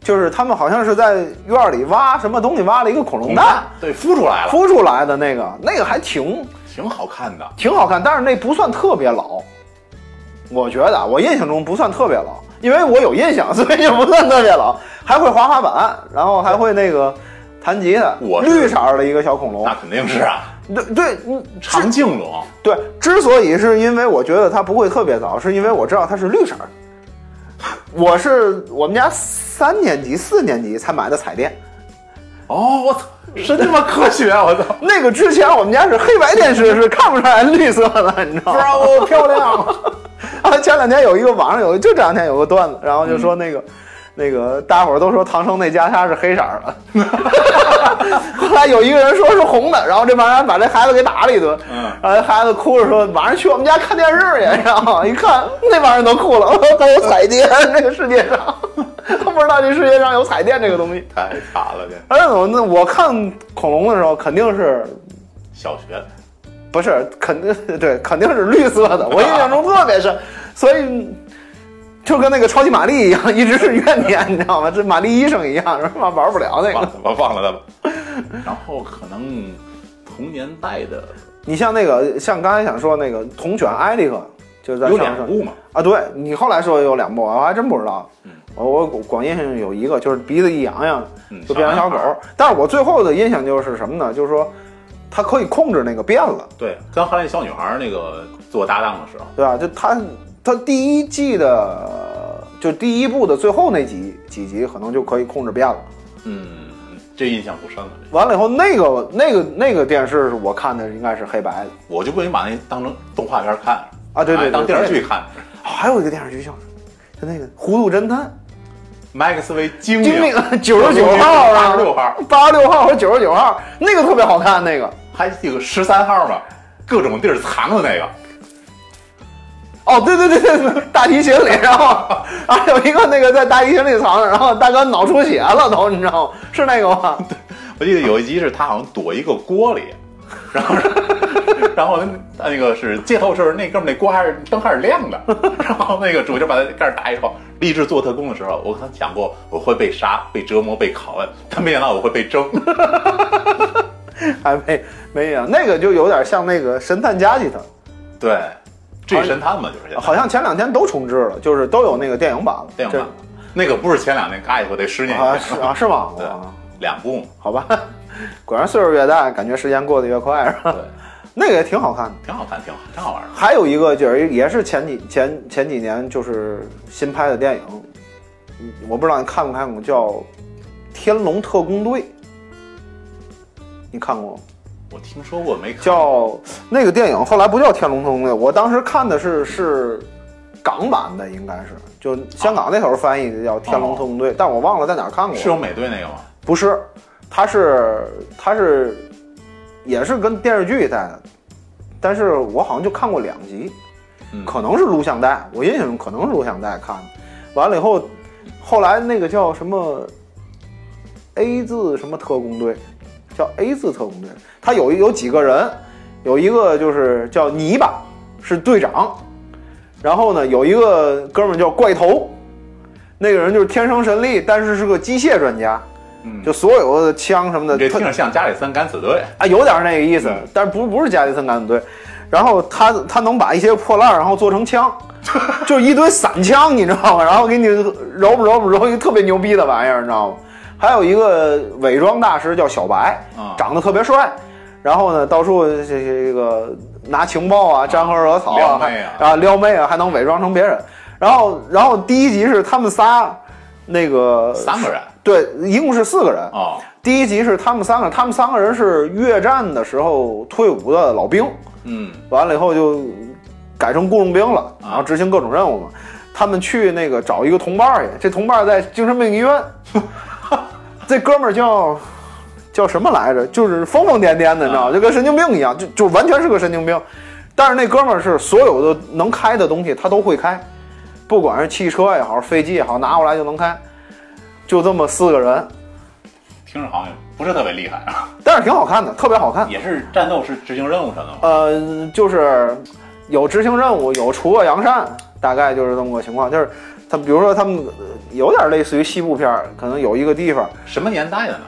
Speaker 2: 就是他们好像是在院儿里挖什么东西，挖了一个恐龙
Speaker 1: 恐龙
Speaker 2: 蛋
Speaker 1: 蛋，对，孵出来了，
Speaker 2: 孵出来的那个，那个还挺
Speaker 1: 挺好看的。
Speaker 2: 挺好看，但是那不算特别老，我觉得啊我印象中不算特别老，因为我有印象，所以就不算特别老。还会滑滑板，然后还会那个弹吉他，
Speaker 1: 我是
Speaker 2: 绿色儿的一个小恐龙
Speaker 1: 那，肯定是啊，
Speaker 2: 对对，嗯之
Speaker 1: 长颈龙，
Speaker 2: 对，之所以是因为我觉得它不会特别早，是因为我知道它是绿色儿的。我是我们家三年级、四年级才买的彩电，
Speaker 1: 哦，我操，真他妈科学，啊我操！
Speaker 2: 那个之前我们家是黑白电视，是看不出来绿色的，你知道吗？
Speaker 1: Bravo，漂啊亮！
Speaker 2: 啊，前两天有一个网上有，就这两天有个段子，然后就说那个。那个大伙儿都说唐僧那袈裟是黑色儿的， 后来有一个人说是红的，然后这帮人把这孩子给打了一顿，
Speaker 1: 嗯
Speaker 2: 然后这孩子哭着说晚上去我们家看电视去，然后 一看那帮人都哭了，我说都有彩电，这个世界上， 他不知道这世界上有彩电这个东西。
Speaker 1: 太惨了，这
Speaker 2: 而且我那我看恐龙的时候肯定是
Speaker 1: 小学
Speaker 2: 不是，肯定 对，肯定是绿色的。我印象中特别深，所以就跟那个超级玛丽一样，一直是怨念，你知道吗？这玛丽医生一样，是吧？玩不了那
Speaker 1: 忘
Speaker 2: 个。
Speaker 1: 了吧，忘了他吧。然后可能同年代的
Speaker 2: 你像那个，像刚才想说那个铜犬艾利克，就是在
Speaker 1: 有
Speaker 2: 上
Speaker 1: 两
Speaker 2: 升
Speaker 1: 部嘛，
Speaker 2: 啊。对你后来说有两部，我还真不知道
Speaker 1: 嗯。
Speaker 2: 我我广印象有一个，就是鼻子一扬扬
Speaker 1: 嗯
Speaker 2: 就变成小狗
Speaker 1: 小男孩
Speaker 2: 儿，但是我最后的印象就是什么呢？就是说。他可以控制那个变了，
Speaker 1: 对，跟《哈利小女孩》那个做搭档的时候，
Speaker 2: 对吧？就他他第一季的，就第一部的最后那几几集，可能就可以控制变了。
Speaker 1: 嗯，这印象不深了。这
Speaker 2: 完了以后，那个那个那个电视是我看的应该是黑白的
Speaker 1: 我就不能把那当成动画片看
Speaker 2: 啊，对对对，
Speaker 1: 拿当电视
Speaker 2: 对。
Speaker 1: 剧看。
Speaker 2: 啊还有一个电视剧叫什么？就那个《糊涂侦探
Speaker 1: Max 为精》，
Speaker 2: 精灵九十九号
Speaker 1: 八
Speaker 2: 啊
Speaker 1: 十，六号，
Speaker 2: 八十六号和九十九号，那个特别好看，那个
Speaker 1: 还有十三号嘛，各种地儿藏的那个，
Speaker 2: 哦，对对对对，对大提琴里，然后啊有一个那个在大提琴里藏着，然后大哥脑出血了都，你知道吗？是那个 吗？
Speaker 1: 我记得有一集是他好像躲一个锅里，然后然后那那个是最后是那哥们儿那锅还是灯还是亮的，然后那个主角把他盖儿打一炮。立志做特工的时候，我可能想过我会被杀、被折磨、被拷问，但没想到我会被蒸。
Speaker 2: 还没没有，那个就有点像那个《神探加吉他》，
Speaker 1: 对，这神探嘛，就是现在
Speaker 2: 好像前两天都重置了，就是都有那个电影版了。
Speaker 1: 电影版。那个不是前两年嘎一回得十
Speaker 2: 这
Speaker 1: 年
Speaker 2: 啊
Speaker 1: 前，
Speaker 2: 是啊是吗？
Speaker 1: 对
Speaker 2: 哇
Speaker 1: 两部嘛，
Speaker 2: 好吧，果然岁数越大，感觉时间过得越快，是吧？
Speaker 1: 对，
Speaker 2: 那个也挺好看的。
Speaker 1: 挺好看，挺好，挺好玩的。
Speaker 2: 还有一个就是也是前几前前几年就是新拍的电影，嗯我不知道你看没看过，叫《天龙特工队》，你看过吗？
Speaker 1: 我听说过没看？
Speaker 2: 叫那个电影后来不叫《天龙特工队》，我当时看的是是港版的，应该是就香港那头翻译的叫《天龙特工队》，但我忘了在哪儿看过。
Speaker 1: 是有美队那个吗？
Speaker 2: 不是，它是它是也是跟电视剧在的，但是我好像就看过两集，
Speaker 1: 嗯
Speaker 2: 可能是录像带，我印象中可能是录像带看的。完了以后，后来那个叫什么 A 字什么特工队，叫 A 字特工队，他有有几个人，有一个就是叫泥巴，是队长，然后呢有一个哥们儿叫怪头。那个人就是天生神力，但是是个机械专家，
Speaker 1: 嗯，
Speaker 2: 就所有的枪什么
Speaker 1: 你
Speaker 2: 的，
Speaker 1: 这
Speaker 2: 他
Speaker 1: 听着像加里森敢死队。
Speaker 2: 啊有点那个意思
Speaker 1: 嗯，
Speaker 2: 但是不不是加里森敢死队，然后他他能把一些破烂儿然后做成 枪，就是一堆散枪，你知道吗？然后给你揉吧揉吧揉一个特别牛逼的玩意儿，你知道吗？还有一个伪装大师叫小白，
Speaker 1: 啊
Speaker 2: 长得特别帅，然后呢到处这这个拿情报啊，沾花惹草
Speaker 1: 撩
Speaker 2: 啊，
Speaker 1: 妹啊
Speaker 2: 啊撩妹啊，还能伪装成别人。然后然后第一集是他们仨，那个
Speaker 1: 三个人
Speaker 2: 对，一共是四个人
Speaker 1: 哦，
Speaker 2: 第一集是他们三个，他们三个人是越战的时候退伍的老兵，
Speaker 1: 嗯，
Speaker 2: 完了以后就改成雇佣兵了，然后执行各种任务嘛。他们去那个找一个同伴儿去，这同伴儿在精神病医院， 这哥们儿叫叫什么来着？就是疯疯癫癫的，你知道吗？就跟神经病一样，就就完全是个神经病。但是那哥们儿是所有的能开的东西他都会开，不管是汽车也好，飞机也好，拿过来就能开。就这么四个人，
Speaker 1: 听着好像不是特别厉害啊，
Speaker 2: 但是挺好看的，特别好看。
Speaker 1: 也是战斗是执行任务什么的吗？
Speaker 2: 呃，就是有执行任务，有除恶扬善，大概就是这么个情况。就是他，比如说他们呃有点类似于西部片儿，可能有一个地方
Speaker 1: 什么年代的呢？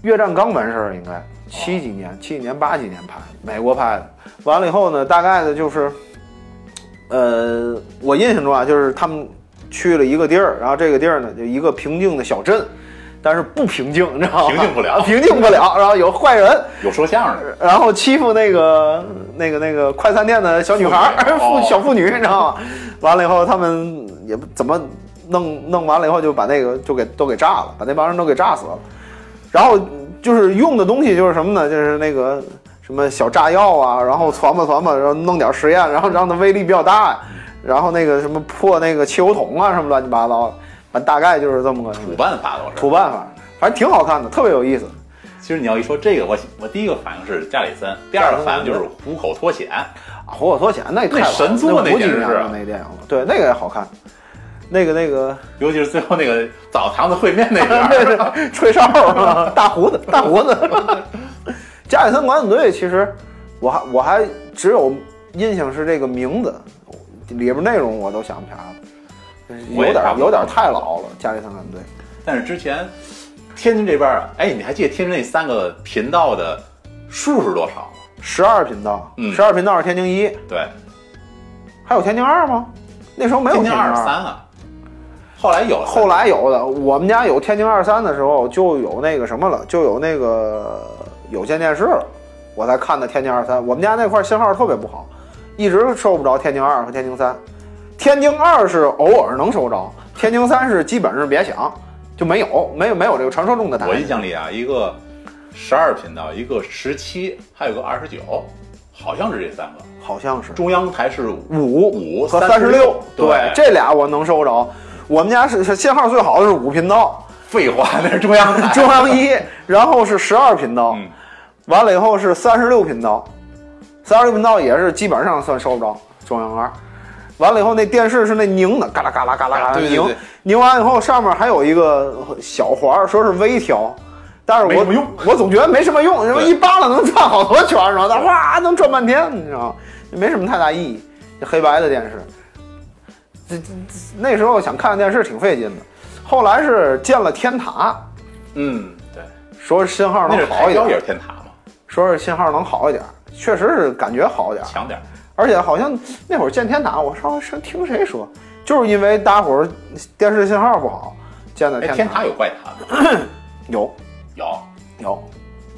Speaker 2: 越战刚完事儿，应该七几
Speaker 1: 哦
Speaker 2: 年、七几年、八几年拍，美国拍的。完了以后呢，大概的就是，呃，我印象中啊，就是他们去了一个地儿，然后这个地儿呢，就一个平静的小镇，但是不平静，你知道吗？
Speaker 1: 平静不了
Speaker 2: 平静不了。然后有坏人，
Speaker 1: 有说相声的，
Speaker 2: 然后欺负那个那个那个快餐店的小女孩
Speaker 1: 妇
Speaker 2: 儿，妇
Speaker 1: 女哦
Speaker 2: 小妇女，你知道吗？完了以后，他们也不怎么弄弄完了以后，就把那个就给都给炸了，把那帮人都给炸死了。然后就是用的东西就是什么呢？就是那个什么小炸药啊，然后传吧传吧，然后弄点实验，然后让它威力比较大，然后那个什么破那个汽油桶啊，什么乱七八糟的，反正大概就是这么个
Speaker 1: 土办法都是。
Speaker 2: 土办法，反正挺好看的，特别有意思。
Speaker 1: 其实你要一说这个，我我第一个反应是加里森，第二个反应就是虎口脱险。
Speaker 2: 啊，火火脱险那也太
Speaker 1: 那
Speaker 2: 好了
Speaker 1: 神作
Speaker 2: 那
Speaker 1: 那
Speaker 2: 无几
Speaker 1: 简直
Speaker 2: 年
Speaker 1: 是
Speaker 2: 了那电影了，对，那个也好看。那个那 个，
Speaker 1: 尤其是最后那个澡堂子烩面那边
Speaker 2: 对
Speaker 1: 儿，
Speaker 2: 对，吹哨儿啊，大胡子，大胡子。 加里森管子队其实我还我还只有印象是这个名字，里边内容我都想不起来了，就是
Speaker 1: 我也
Speaker 2: 有点
Speaker 1: 差
Speaker 2: 儿
Speaker 1: 不多
Speaker 2: 有点儿太老了。加里森管子队
Speaker 1: 但是之前天津这边儿啊，哎，你还记得天津那三个频道的数是多少吗？
Speaker 2: 十二频道
Speaker 1: 嗯，
Speaker 2: 十二频道是天津一，
Speaker 1: 对，
Speaker 2: 还有天津二吗？那时候没有
Speaker 1: 天
Speaker 2: 天
Speaker 1: 津
Speaker 2: 津
Speaker 1: 二十三啊，后来有了
Speaker 2: 后来有的，我们家有天津二三的时候，就有那个什么了，就有那个有线电视了，我才看的天津二三。我们家那块儿信号特别不好，一直收不着天津二和天津三。天津二是偶尔能收着，天津三是基本是别想，就没有没有没有这个传说中的台
Speaker 1: 我。印象里啊，一个十二频道，一个十七，还有个二十九，好像是这三个。
Speaker 2: 好像是
Speaker 1: 中央台是五
Speaker 2: 五
Speaker 1: 五
Speaker 2: 和
Speaker 1: 三
Speaker 2: 三
Speaker 1: 十
Speaker 2: 十
Speaker 1: 六
Speaker 2: 六，
Speaker 1: 对
Speaker 2: 这俩我能收着。我们家是是信号最好的是五频道，
Speaker 1: 废话，那是中央台。
Speaker 2: 中央一，然后是十二频道，
Speaker 1: 嗯
Speaker 2: 完了以后是三十六频道，三十六频道也是基本上算收不着中央二。完了以后，那电视是那拧的，嘎啦嘎啦嘎啦嘎
Speaker 1: 啊
Speaker 2: 啦
Speaker 1: 对对
Speaker 2: 拧
Speaker 1: 对，
Speaker 2: 拧完以后上面还有一个小环儿，说是微调，但是
Speaker 1: 没
Speaker 2: 我
Speaker 1: 什么用
Speaker 2: 我总觉得没什 么用，什么
Speaker 1: 对
Speaker 2: 一扒拉能转好多圈儿，然后它哗能转半天，你知道吗？没什么太大意义。这黑白的电视，这这这那时候想看电视挺费劲的，后来是建了天塔，
Speaker 1: 嗯，对，
Speaker 2: 说是信号
Speaker 1: 那
Speaker 2: 能
Speaker 1: 是
Speaker 2: 好
Speaker 1: 台
Speaker 2: 一
Speaker 1: 标也
Speaker 2: 点，
Speaker 1: 是天塔嘛，
Speaker 2: 说是信号能好一点，确实是感觉好一点。
Speaker 1: 强点儿。
Speaker 2: 而且好像那会儿建天塔，我上是听谁说，就是因为大伙儿电视信号不好，建的
Speaker 1: 哎，
Speaker 2: 塔。
Speaker 1: 天塔有怪谈吗？
Speaker 2: 有
Speaker 1: 有，
Speaker 2: 有，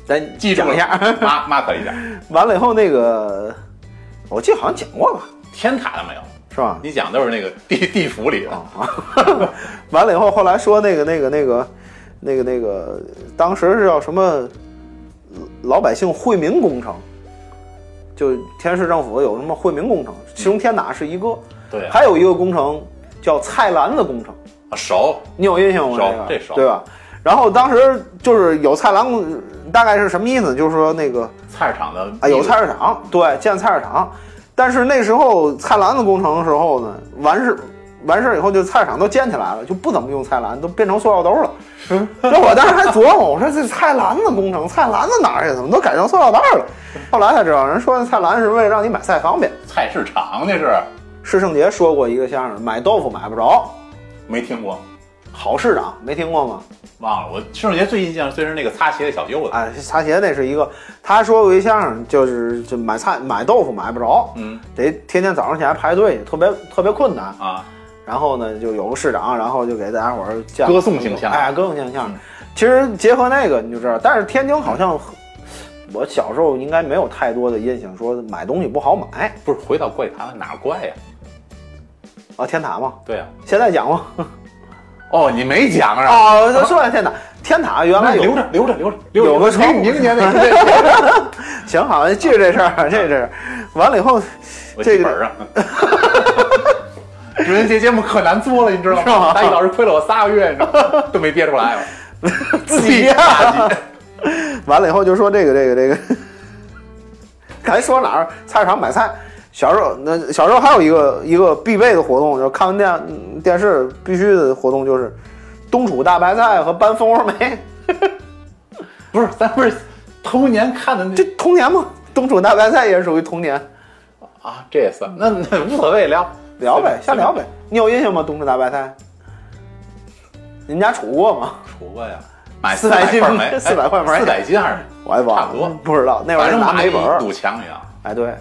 Speaker 2: 咱
Speaker 1: 记住
Speaker 2: 讲
Speaker 1: 了
Speaker 2: 一下。
Speaker 1: 骂骂可一点。
Speaker 2: 完了以后那个，我记得好像讲过吧，
Speaker 1: 天塔的没有，
Speaker 2: 是吧？
Speaker 1: 你讲都是那个 地地府里的。
Speaker 2: 哦完了以后，后来说那个那个那个那个那个，当时是叫什么呃老百姓惠民工程，就天市政府有什么惠民工程，其中天塔是一个，
Speaker 1: 对啊，
Speaker 2: 还有一个工程叫菜篮子工程，
Speaker 1: 熟，
Speaker 2: 你有印象吗？
Speaker 1: 熟
Speaker 2: 这
Speaker 1: 这
Speaker 2: 个
Speaker 1: 熟
Speaker 2: 对吧？然后当时就是有菜篮子，大概是什么意思？就是说那个
Speaker 1: 菜市场的
Speaker 2: 啊，有菜市场，对，建菜市场。但是那时候菜篮子工程的时候呢，完事完事儿以后，就菜市场都建起来了，就不怎么用菜篮，都变成塑料兜了。那我当时还琢磨，我说这菜篮子工程，菜篮子哪儿去？怎么都改成塑料袋了？后来才知道，人说那菜篮是为了让你买菜方便。
Speaker 1: 菜市场那是
Speaker 2: 师胜杰说过一个相声，买豆腐买不着，
Speaker 1: 没听过，
Speaker 2: 好市长没听过吗？
Speaker 1: 忘了。我圣诞节最印象最是那个擦鞋的小舅子，
Speaker 2: 啊，擦鞋那是一个，他说过一相声，就是就买菜买豆腐买不着，
Speaker 1: 嗯
Speaker 2: 得天天早上起来排队，特别特别困难。
Speaker 1: 啊，
Speaker 2: 然后呢，就有个市长，然后就给大家伙儿讲
Speaker 1: 歌颂形象
Speaker 2: 哎，歌颂形象
Speaker 1: 嗯。
Speaker 2: 其实结合那个你就知道，但是天津好像很我小时候应该没有太多的印象，说买东西不好买
Speaker 1: 不是回到怪谈哪儿怪呀？
Speaker 2: 啊，天塔嘛，
Speaker 1: 对呀，
Speaker 2: 现在讲吗？
Speaker 1: 哦，你没讲啊？
Speaker 2: 啊，就说来天塔，天塔原
Speaker 1: 那
Speaker 2: 来有
Speaker 1: 留着留着留着留着，
Speaker 2: 有个窗户
Speaker 1: 明明 年那
Speaker 2: 行，好，记着这事儿，这这事儿。完了以后是
Speaker 1: 我
Speaker 2: 这
Speaker 1: 记
Speaker 2: 个
Speaker 1: 本儿啊。 主任，这节目可难做了，你知道吗？
Speaker 2: 是吗
Speaker 1: 大一老师亏了我仨个月，你知道吗？ 都没憋出来，啊
Speaker 2: 自己呀、
Speaker 1: 大几
Speaker 2: 完了以后就说这个这个这个，刚才说哪儿？菜市场买菜。小时候那小时候还有一个一个必备的活动，就是看完电嗯电视必须的活动就是冬储大白菜和搬蜂窝煤。
Speaker 1: 嗯不是，咱不是头年看的那
Speaker 2: 这童年嘛，冬储大白菜也是属于童年。
Speaker 1: 啊，这也算，那那无所谓，聊
Speaker 2: 聊呗，
Speaker 1: 随
Speaker 2: 瞎
Speaker 1: 便
Speaker 2: 聊呗。你有印象吗？冬储大白菜，你们家储过吗？
Speaker 1: 除过呀，买
Speaker 2: 四百
Speaker 1: 400
Speaker 2: 斤
Speaker 1: 块煤，
Speaker 2: 400块煤哎
Speaker 1: 四百斤还是
Speaker 2: 我还忘了，
Speaker 1: 差不多
Speaker 2: 不知道那玩
Speaker 1: 反
Speaker 2: 意儿
Speaker 1: 正
Speaker 2: 拿煤
Speaker 1: 一
Speaker 2: 本儿。
Speaker 1: 堵墙一样，
Speaker 2: 哎，对，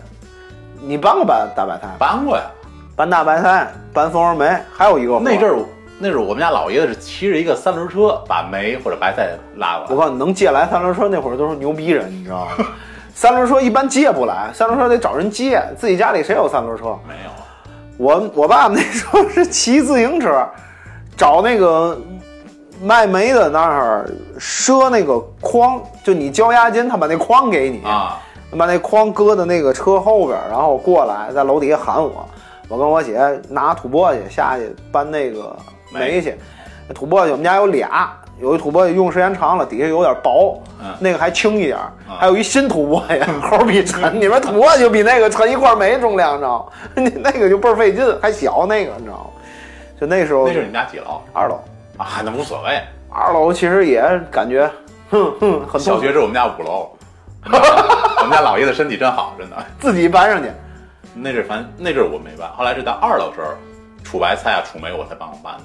Speaker 2: 你搬过搬大白菜吗，
Speaker 1: 搬过呀。
Speaker 2: 搬大白菜，搬蜂窝煤，还有一个活
Speaker 1: 那阵儿那阵儿我们家老爷子是骑着一个三轮车把煤或者白菜拉过
Speaker 2: 我
Speaker 1: 来，
Speaker 2: 告诉你，能借来三轮车那会儿都是牛逼人，你知道吗？三轮车一般借不来，三轮车得找人借，自己家里谁有三轮车？
Speaker 1: 没有啊，
Speaker 2: 我我爸那时候是骑自行车，找那个卖煤的那儿赊那个筐，就你交押金，他把那筐给你，
Speaker 1: 啊，
Speaker 2: 把那筐搁到那个车后边儿，然后过来在楼底下喊我，我跟我姐拿土拨去下去搬那个煤去。那土拨去我们家有俩，有一土拨去用时间长了，底下有点薄，
Speaker 1: 嗯
Speaker 2: 那个还轻一点儿，
Speaker 1: 嗯
Speaker 2: 还有一新土拨去， 猴儿比沉，你们土拨就比那个沉一块煤重量，你知道吗？ 你那个就倍儿费劲，还小那个，你知道吗？就那时候
Speaker 1: 那是你们家几楼
Speaker 2: 二楼，
Speaker 1: 哦啊？那无所 谓，
Speaker 2: 二楼其实也感觉，哼哼，很痛
Speaker 1: 小
Speaker 2: 苦
Speaker 1: 学是我们家五 楼。 我们家老爷子身体真好，真的。
Speaker 2: 自己搬上去。
Speaker 1: 那阵儿反正那阵儿我没搬，后来是到二楼时候，储白菜啊、储煤我才帮我搬的。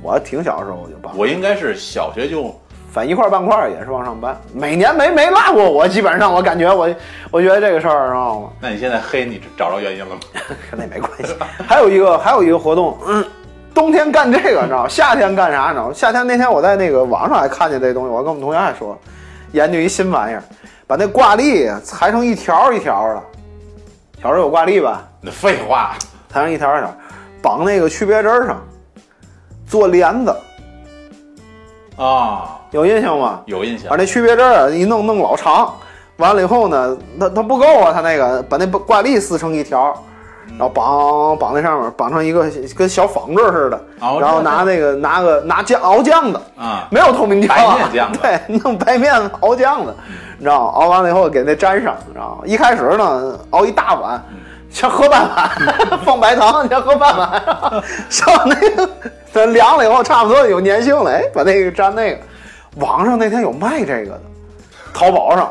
Speaker 2: 我挺小的时候我就搬了。
Speaker 1: 我应该是小学就
Speaker 2: 反一块儿半块儿也是往上搬，每年没没落过我，基本上我感觉我，我觉得这个事儿，知道吗？
Speaker 1: 那你现在黑你找着原因了吗？
Speaker 2: 跟那没关系。还有一个还有一个活动，嗯，冬天干这个，你知道吗？夏天干啥，你知道吗？夏天那天我在那个网上还看见这东西，我跟我们同学还说，研究一新玩意儿，把那挂历裁成一条一条的，小时候有挂历吧？
Speaker 1: 那废 话，
Speaker 2: 裁成一条一条，绑那个区别针上，做帘子，
Speaker 1: 啊，
Speaker 2: 有印象吗？
Speaker 1: 有印象
Speaker 2: 把。那区别针啊一弄弄老长，完了以后呢，它它不够啊，它那个把那挂历撕成一条，然后绑绑那上面，绑成一个跟小纺织似的，
Speaker 1: 啊我知道
Speaker 2: 然后拿那个拿个拿酱熬酱的，
Speaker 1: 啊，
Speaker 2: 没有透明胶啊，
Speaker 1: 白面酱的
Speaker 2: 对， 弄白面熬酱的，你知道吗？熬完了以后给那粘上，你知道吗？一开始呢熬一大碗，
Speaker 1: 嗯
Speaker 2: 先喝半碗， 放白糖，先喝半碗， 上那个等凉了以后差不多有粘性了，哎，把那个粘那个。网上那天有卖这个的，淘宝上，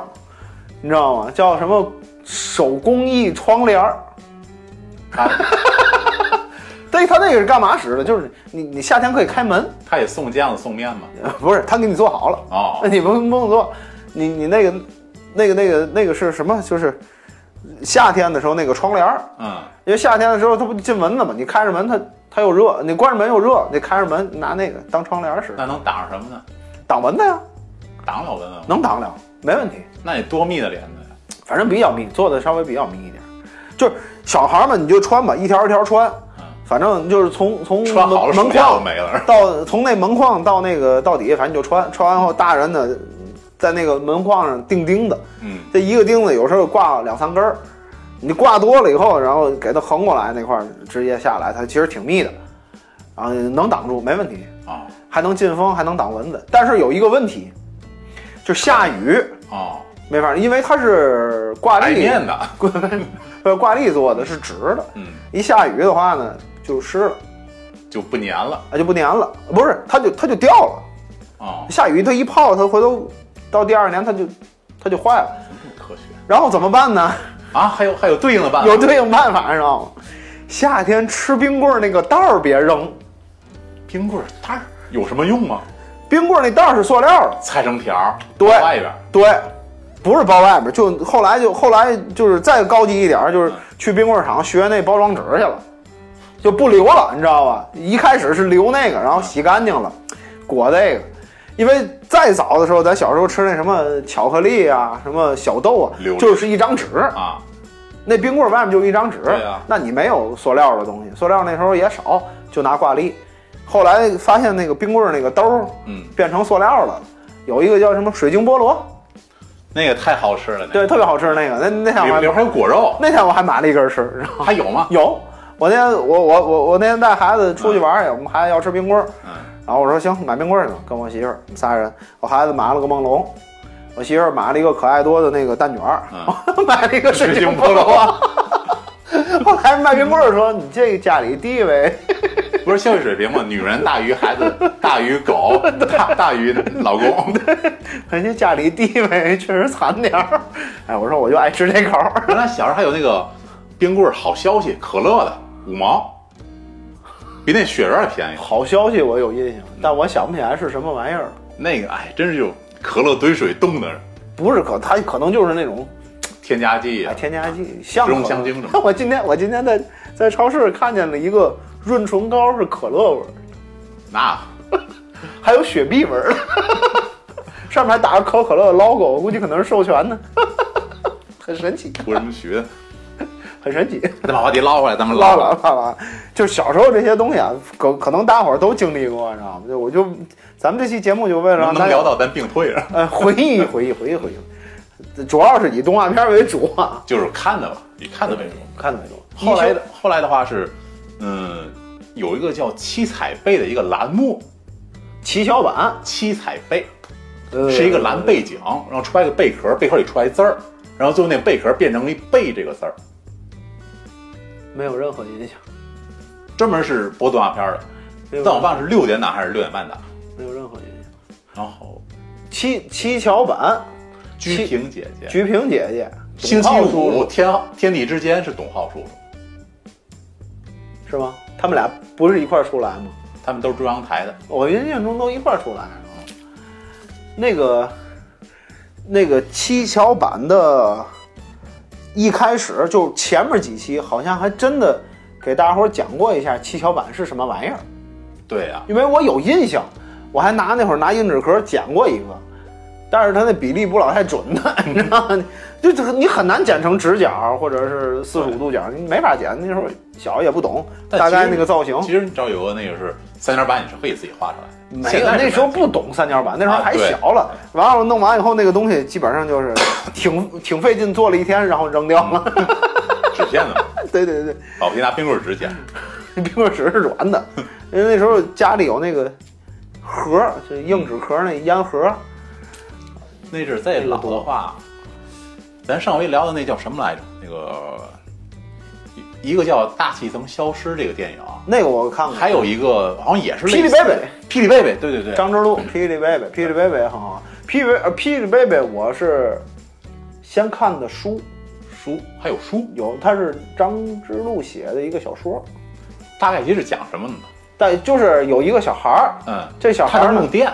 Speaker 2: 你知道吗？叫什么手工艺窗帘儿。
Speaker 1: 他
Speaker 2: 对，它那个是干嘛使的？就是你你夏天可以开门，
Speaker 1: 他也送酱子送面嘛。
Speaker 2: 不是，他给你做好了。
Speaker 1: 哦
Speaker 2: 那，你不不用做，你你那个那个那个那个是什么？就是夏天的时候那个窗帘儿，
Speaker 1: 嗯，
Speaker 2: 因为夏天的时候它不进蚊子嘛，你开着门它它又热，你关着门又热，你开着门拿那个当窗帘儿使，
Speaker 1: 那能挡上什么呢？
Speaker 2: 挡蚊子呀，
Speaker 1: 挡了蚊子吗？
Speaker 2: 能挡了，没问题。
Speaker 1: 那得多密的帘子呀！
Speaker 2: 反正比较密，做的稍微比较密一点儿，就是小孩儿们你就穿吧，一条一条穿
Speaker 1: 嗯，
Speaker 2: 反正就是从从
Speaker 1: 穿好了，
Speaker 2: 门
Speaker 1: 暑
Speaker 2: 门
Speaker 1: 假都
Speaker 2: 框
Speaker 1: 没了。
Speaker 2: 到从那门框到那个到底下，反正你就穿，穿完后大人呢在那个门框上钉钉子。
Speaker 1: 嗯，
Speaker 2: 这一个钉子有时候挂两三根儿，你挂多了以后，然后给它横过来那块儿直接下来，它其实挺密的，啊，能挡住没问题，
Speaker 1: 哦
Speaker 2: 还能进风，还能挡蚊子。但是有一个问题，就下雨
Speaker 1: 哦，
Speaker 2: 没法儿，因为它是挂
Speaker 1: 白
Speaker 2: 历，
Speaker 1: 面的。
Speaker 2: 呃，挂历做的是直的，
Speaker 1: 嗯，
Speaker 2: 一下雨的话呢就湿了，
Speaker 1: 就不粘了。
Speaker 2: 啊就不粘了，不是，它就它就掉了。
Speaker 1: 哦，
Speaker 2: 下雨它一泡，它回头到第二年它就它就坏了，
Speaker 1: 科学
Speaker 2: 然后怎么办呢？
Speaker 1: 啊！还有还有对应的办法。
Speaker 2: 有对应办法，你知道吗？夏天吃冰棍儿那个袋儿别扔，
Speaker 1: 冰棍儿袋儿有什么用吗？
Speaker 2: 冰棍儿那袋儿是塑料的，
Speaker 1: 裁成条儿，
Speaker 2: 对
Speaker 1: 往外边儿。
Speaker 2: 对，不是包外边儿，就后来就后来就是再高级一点儿，就是去冰棍儿厂学那包装纸去了，就不留了，你知道吧？一开始是留那个，然后洗干净了，裹那个，因为再早的时候，咱小时候吃那什么巧克力啊，什么小豆啊
Speaker 1: 留，着
Speaker 2: 就是一张纸，
Speaker 1: 啊，
Speaker 2: 那冰棍儿外面就一张纸，
Speaker 1: 对啊
Speaker 2: 那你没有塑料的东西，塑料那时候也少，就拿挂历。后来发现那个冰棍儿那个兜儿
Speaker 1: 嗯，
Speaker 2: 变成塑料了，有一个叫什么水晶菠萝，
Speaker 1: 那个太好吃了，那个
Speaker 2: 对，特别好吃那个。那那天
Speaker 1: 里
Speaker 2: 我
Speaker 1: 边里
Speaker 2: 还
Speaker 1: 边还有果肉，
Speaker 2: 那天我还买了一根儿吃，然后
Speaker 1: 还有吗？
Speaker 2: 有我那天我我我我那天带孩子出去玩儿去，我们孩子要吃冰棍儿，
Speaker 1: 嗯，
Speaker 2: 然后我说行，买冰棍儿去吧，跟我媳妇儿，我们仨人，我孩子买了个梦龙，我媳妇儿买了一个可爱多的那个蛋卷儿，我 买了一个
Speaker 1: 嗯
Speaker 2: 水
Speaker 1: 水
Speaker 2: 晶
Speaker 1: 晶
Speaker 2: 菠
Speaker 1: 菠
Speaker 2: 萝
Speaker 1: 萝。
Speaker 2: 后来卖冰棍儿说：“你这个家里地位，
Speaker 1: 不是消费水平吗？ 女人大于孩子，大于 狗，大大于老公。
Speaker 2: 人家家里地位确实惨点儿。”哎，我说我就爱吃这口儿，
Speaker 1: 原来小时候还有那个冰棍儿好消息，可乐的五毛，比那雪人儿还便宜。
Speaker 2: 好消息我有印象，
Speaker 1: 嗯
Speaker 2: 但我想不起来是什么玩意儿了。
Speaker 1: 那个哎，真是就可乐兑水冻的，
Speaker 2: 不是可，它可能就是那种
Speaker 1: 添加剂啊
Speaker 2: 哎
Speaker 1: 呀、
Speaker 2: 添加剂，像
Speaker 1: 食用
Speaker 2: 可乐
Speaker 1: 香精什么
Speaker 2: 我今天我今天在在超市看见了一个润唇膏是可乐味儿，
Speaker 1: 那
Speaker 2: 还有雪碧味儿， 上面还打着可口可乐的 logo，我估计可能是授 权的，很神奇，
Speaker 1: 不是什么学。
Speaker 2: 很神奇。
Speaker 1: 咱把话题捞回来，咱们
Speaker 2: 拉
Speaker 1: 唠
Speaker 2: 了
Speaker 1: 唠。
Speaker 2: 拉了，就是小时候这些东西啊，可可能大伙儿都经历过，你知道吗？就我就咱们这期节目 就为了
Speaker 1: 能
Speaker 2: 让
Speaker 1: 不能啊
Speaker 2: 大
Speaker 1: 聊
Speaker 2: 家
Speaker 1: 到咱病退上？
Speaker 2: 呃回忆回忆回忆回忆，主要是以动画片为主啊，
Speaker 1: 就是看的吧，以看的为主。
Speaker 2: 看到没有？
Speaker 1: 后来的后来的话是，嗯，有一个叫七彩贝的一个栏目，
Speaker 2: 七巧板，
Speaker 1: 七彩贝
Speaker 2: 呃
Speaker 1: 是一个蓝背景，然后出来一个贝壳，贝壳里出来字儿，然后最后那贝壳变成了一贝这个字儿，
Speaker 2: 没有任何印象，
Speaker 1: 专门是播动画片的。
Speaker 2: 没有
Speaker 1: 但我忘了是六点档还是六点半档。
Speaker 2: 没有任何印象。
Speaker 1: 然后
Speaker 2: 七七巧板，
Speaker 1: 鞠萍姐姐，
Speaker 2: 菊萍姐姐，
Speaker 1: 星期
Speaker 2: 董浩叔
Speaker 1: 五
Speaker 2: 叔
Speaker 1: 天天地之间是董浩叔叔，
Speaker 2: 是吗？他们俩不是一块儿出来吗？
Speaker 1: 他们都是中央台的。
Speaker 2: 我印象中都一块儿出来。啊那个，那个七巧板的，一开始就前面几期好像还真的给大家伙儿讲过一下七巧板是什么玩意儿，
Speaker 1: 对呀、啊
Speaker 2: 因为我有印象，我还拿那会儿拿硬纸壳讲过一个，但是它那比例不老太准的， 你知道吗？就就是你很难剪成直角或者是四十五度角，你没法剪。那时候小也不懂，
Speaker 1: 但
Speaker 2: 大
Speaker 1: 其实
Speaker 2: 概那个造型
Speaker 1: 其实你知道有个那个是三角板，你是可以自己画出来的。
Speaker 2: 没
Speaker 1: 嗯现
Speaker 2: 有。
Speaker 1: 在是
Speaker 2: 那时候
Speaker 1: 没有
Speaker 2: 不懂三角板，那时候
Speaker 1: 啊
Speaker 2: 还
Speaker 1: 对
Speaker 2: 小了。完了弄完以后，那个东西基本上就是 挺挺费劲，做了一天，然后扔掉了。
Speaker 1: 纸片子嘛，
Speaker 2: 对对对，
Speaker 1: 老皮拿冰棍儿指甲，
Speaker 2: 那冰棍纸是软的，因为那时候家里有那个盒儿，就是硬纸壳儿那烟盒儿，
Speaker 1: 那是再老的话，咱上回聊的那叫什么来着？那个一一个叫《大气层消失》这个电影，
Speaker 2: 那个我看过。
Speaker 1: 还有一个好像也是
Speaker 2: 霹雳
Speaker 1: 类似
Speaker 2: 贝贝，
Speaker 1: 霹雳贝贝，对对对，
Speaker 2: 张之路，霹雳贝贝，霹雳贝贝很好。霹雳贝呃，霹雳贝贝，我是先看的书，
Speaker 1: 书还有书，
Speaker 2: 有它是张之路写的一个小说，
Speaker 1: 大概其是讲什么的呢？
Speaker 2: 但就是有一个小孩儿，
Speaker 1: 嗯，
Speaker 2: 这小
Speaker 1: 他那
Speaker 2: 孩儿
Speaker 1: 儿
Speaker 2: 呢
Speaker 1: 弄，电，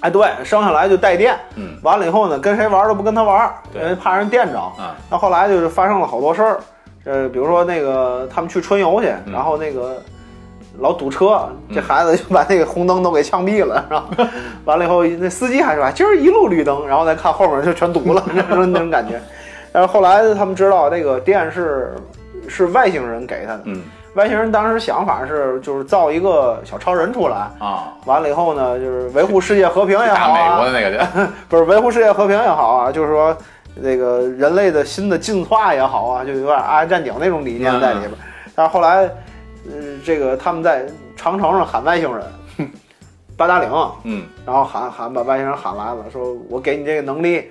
Speaker 2: 哎，对，生下来就带电，
Speaker 1: 嗯
Speaker 2: 完了以后呢，跟谁玩儿都不跟他玩儿，
Speaker 1: 对
Speaker 2: 因为怕人电着。
Speaker 1: 啊，
Speaker 2: 那后来就是发生了好多事儿，呃，比如说那个他们去春游去，
Speaker 1: 嗯
Speaker 2: 然后那个老堵车，这孩子就把那个红灯都给呛毙了，然后 完了以后那司机还说今儿一路绿灯，然后再看后面就全堵了， 那种那种感觉。但是后来他们知道那个电是是外星人给他的，
Speaker 1: 嗯
Speaker 2: 外星人当时想法是就是造一个小超人出来，
Speaker 1: 啊，
Speaker 2: 完了以后呢就是维护世界和平也好、
Speaker 1: 大
Speaker 2: 啊，
Speaker 1: 美国的那个电，
Speaker 2: 不是维护世界和平也好啊，就是说那个人类的新的进化也好啊，就有点《阿战警》那种理念在里边。
Speaker 1: 嗯
Speaker 2: 但是后来，呃，这个他们在长城上喊外星人， 八达岭，
Speaker 1: 嗯，
Speaker 2: 然后喊喊把外星人喊来了，说我给你这个能力，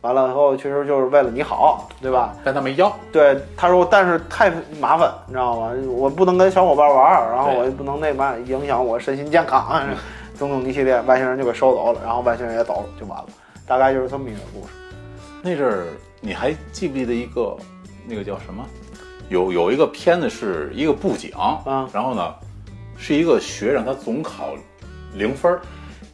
Speaker 2: 完了以后其实就是为了你好，对吧？
Speaker 1: 但他没要，
Speaker 2: 对，他说，但是太麻烦，你知道吗？我不能跟小伙伴玩儿，然后我也不能那嘛，影响我身心健康，
Speaker 1: 嗯
Speaker 2: 种种一系列，外星人就给收走了，然后外星人也走了，就完了，大概就是这么一个故事。
Speaker 1: 那阵儿你还记不记得一个那个叫什么？有有一个片子是一个布景，
Speaker 2: 嗯
Speaker 1: 然后呢是一个学生，他总考零分 儿，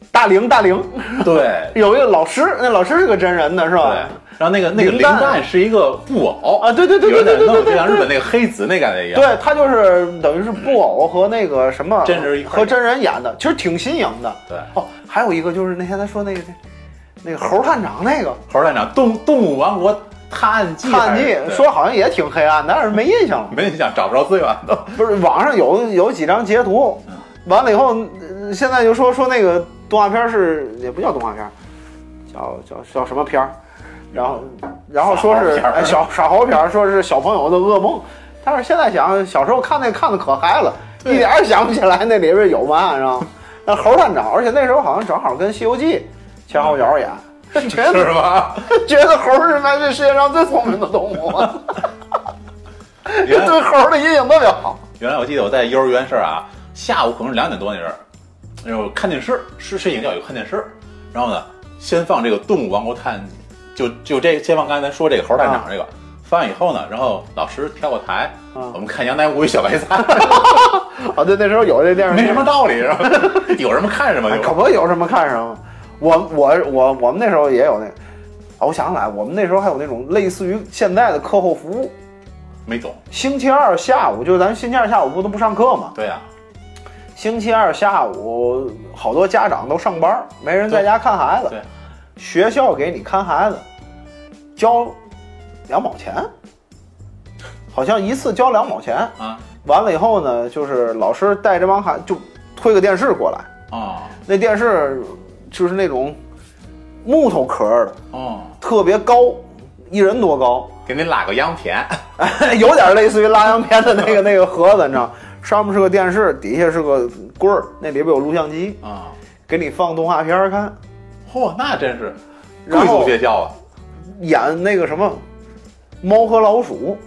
Speaker 2: 大龄大龄，
Speaker 1: 对
Speaker 2: 有一个老师，那老师是个真人的是
Speaker 1: 对
Speaker 2: 吧？，
Speaker 1: 然后那个那个
Speaker 2: 零
Speaker 1: 零
Speaker 2: 蛋
Speaker 1: 蛋是一个布偶
Speaker 2: 啊，，对对对
Speaker 1: 有
Speaker 2: 对
Speaker 1: 点
Speaker 2: 对对
Speaker 1: 弄
Speaker 2: 对
Speaker 1: 就像日
Speaker 2: 对
Speaker 1: 本那个黑子那感觉一样，
Speaker 2: 对，他就是等于是布偶和那个什么
Speaker 1: 真人一块儿
Speaker 2: 和真人演的，其实挺新颖的。
Speaker 1: 对，
Speaker 2: 哦，还有一个就是那天他说那个那个猴探长那个
Speaker 1: 猴儿探长动动物王国探案记
Speaker 2: 探
Speaker 1: 还
Speaker 2: 案
Speaker 1: 是，
Speaker 2: 记，
Speaker 1: 对
Speaker 2: 说好像也挺黑暗，但是没印象了。
Speaker 1: 没印象，找不着资源 都，
Speaker 2: 不是网上有有几张截图，完了以后，呃现在就说说那个动画片儿是也不叫动画片儿，叫叫叫什么片儿，然后然后说是
Speaker 1: 傻猴片儿
Speaker 2: 哎小傻猴片儿，说是小朋友的噩梦，但是现在想小时候看那看的可嗨了，一点儿想不起来那里边有嘛，然后那猴探长，而且那时候好像正好跟《西游记》前后脚演，觉得
Speaker 1: 是吧？
Speaker 2: 觉得猴儿是那这世界上最聪明的动物，
Speaker 1: 原来
Speaker 2: 对猴儿的阴影特别好。
Speaker 1: 原来我记得我在幼儿园时候啊，下午可能是两点多那阵儿，那时候看电视，睡睡醒觉有看电视，然后呢，先放这个《动物王国探案记》，就就这先放刚才咱说这个猴探长这个，放完以后呢，然后老师跳过台，
Speaker 2: 啊
Speaker 1: 我们看《杨乃武与小白菜》
Speaker 2: 啊， 对，那时候有这电视剧，
Speaker 1: 没什么道理，是 吧？有什么看什么
Speaker 2: 哎，可
Speaker 1: 就。
Speaker 2: 不有什么看什么。我我我我们那时候也有那，啊，我想起来，我们那时候还有那种类似于现在的课后服务。
Speaker 1: 没懂，
Speaker 2: 星期二下午，就是咱们星期二下午不都不上课吗？
Speaker 1: 对啊呀、
Speaker 2: 星期二下午，好多家长都上班，没人在家看孩子
Speaker 1: 对对，
Speaker 2: 学校给你看孩子，交两毛钱，好像一次交两毛钱。
Speaker 1: 啊，
Speaker 2: 完了以后呢，就是老师带这帮孩就推个电视过来，
Speaker 1: 哦
Speaker 2: 那电视就是那种木头壳儿的，
Speaker 1: 哦，
Speaker 2: 特别高，一人多高，
Speaker 1: 给你拉个洋片，
Speaker 2: 有点类似于拉洋片的那个那个盒子，你知道吗，上面是个电视，底下是个棍儿，那里边有录像机，
Speaker 1: 啊，
Speaker 2: 给你放动画片儿看，
Speaker 1: 嚯、那真是
Speaker 2: 然
Speaker 1: 贵
Speaker 2: 后
Speaker 1: 族学校啊！
Speaker 2: 演那个什么猫和老鼠，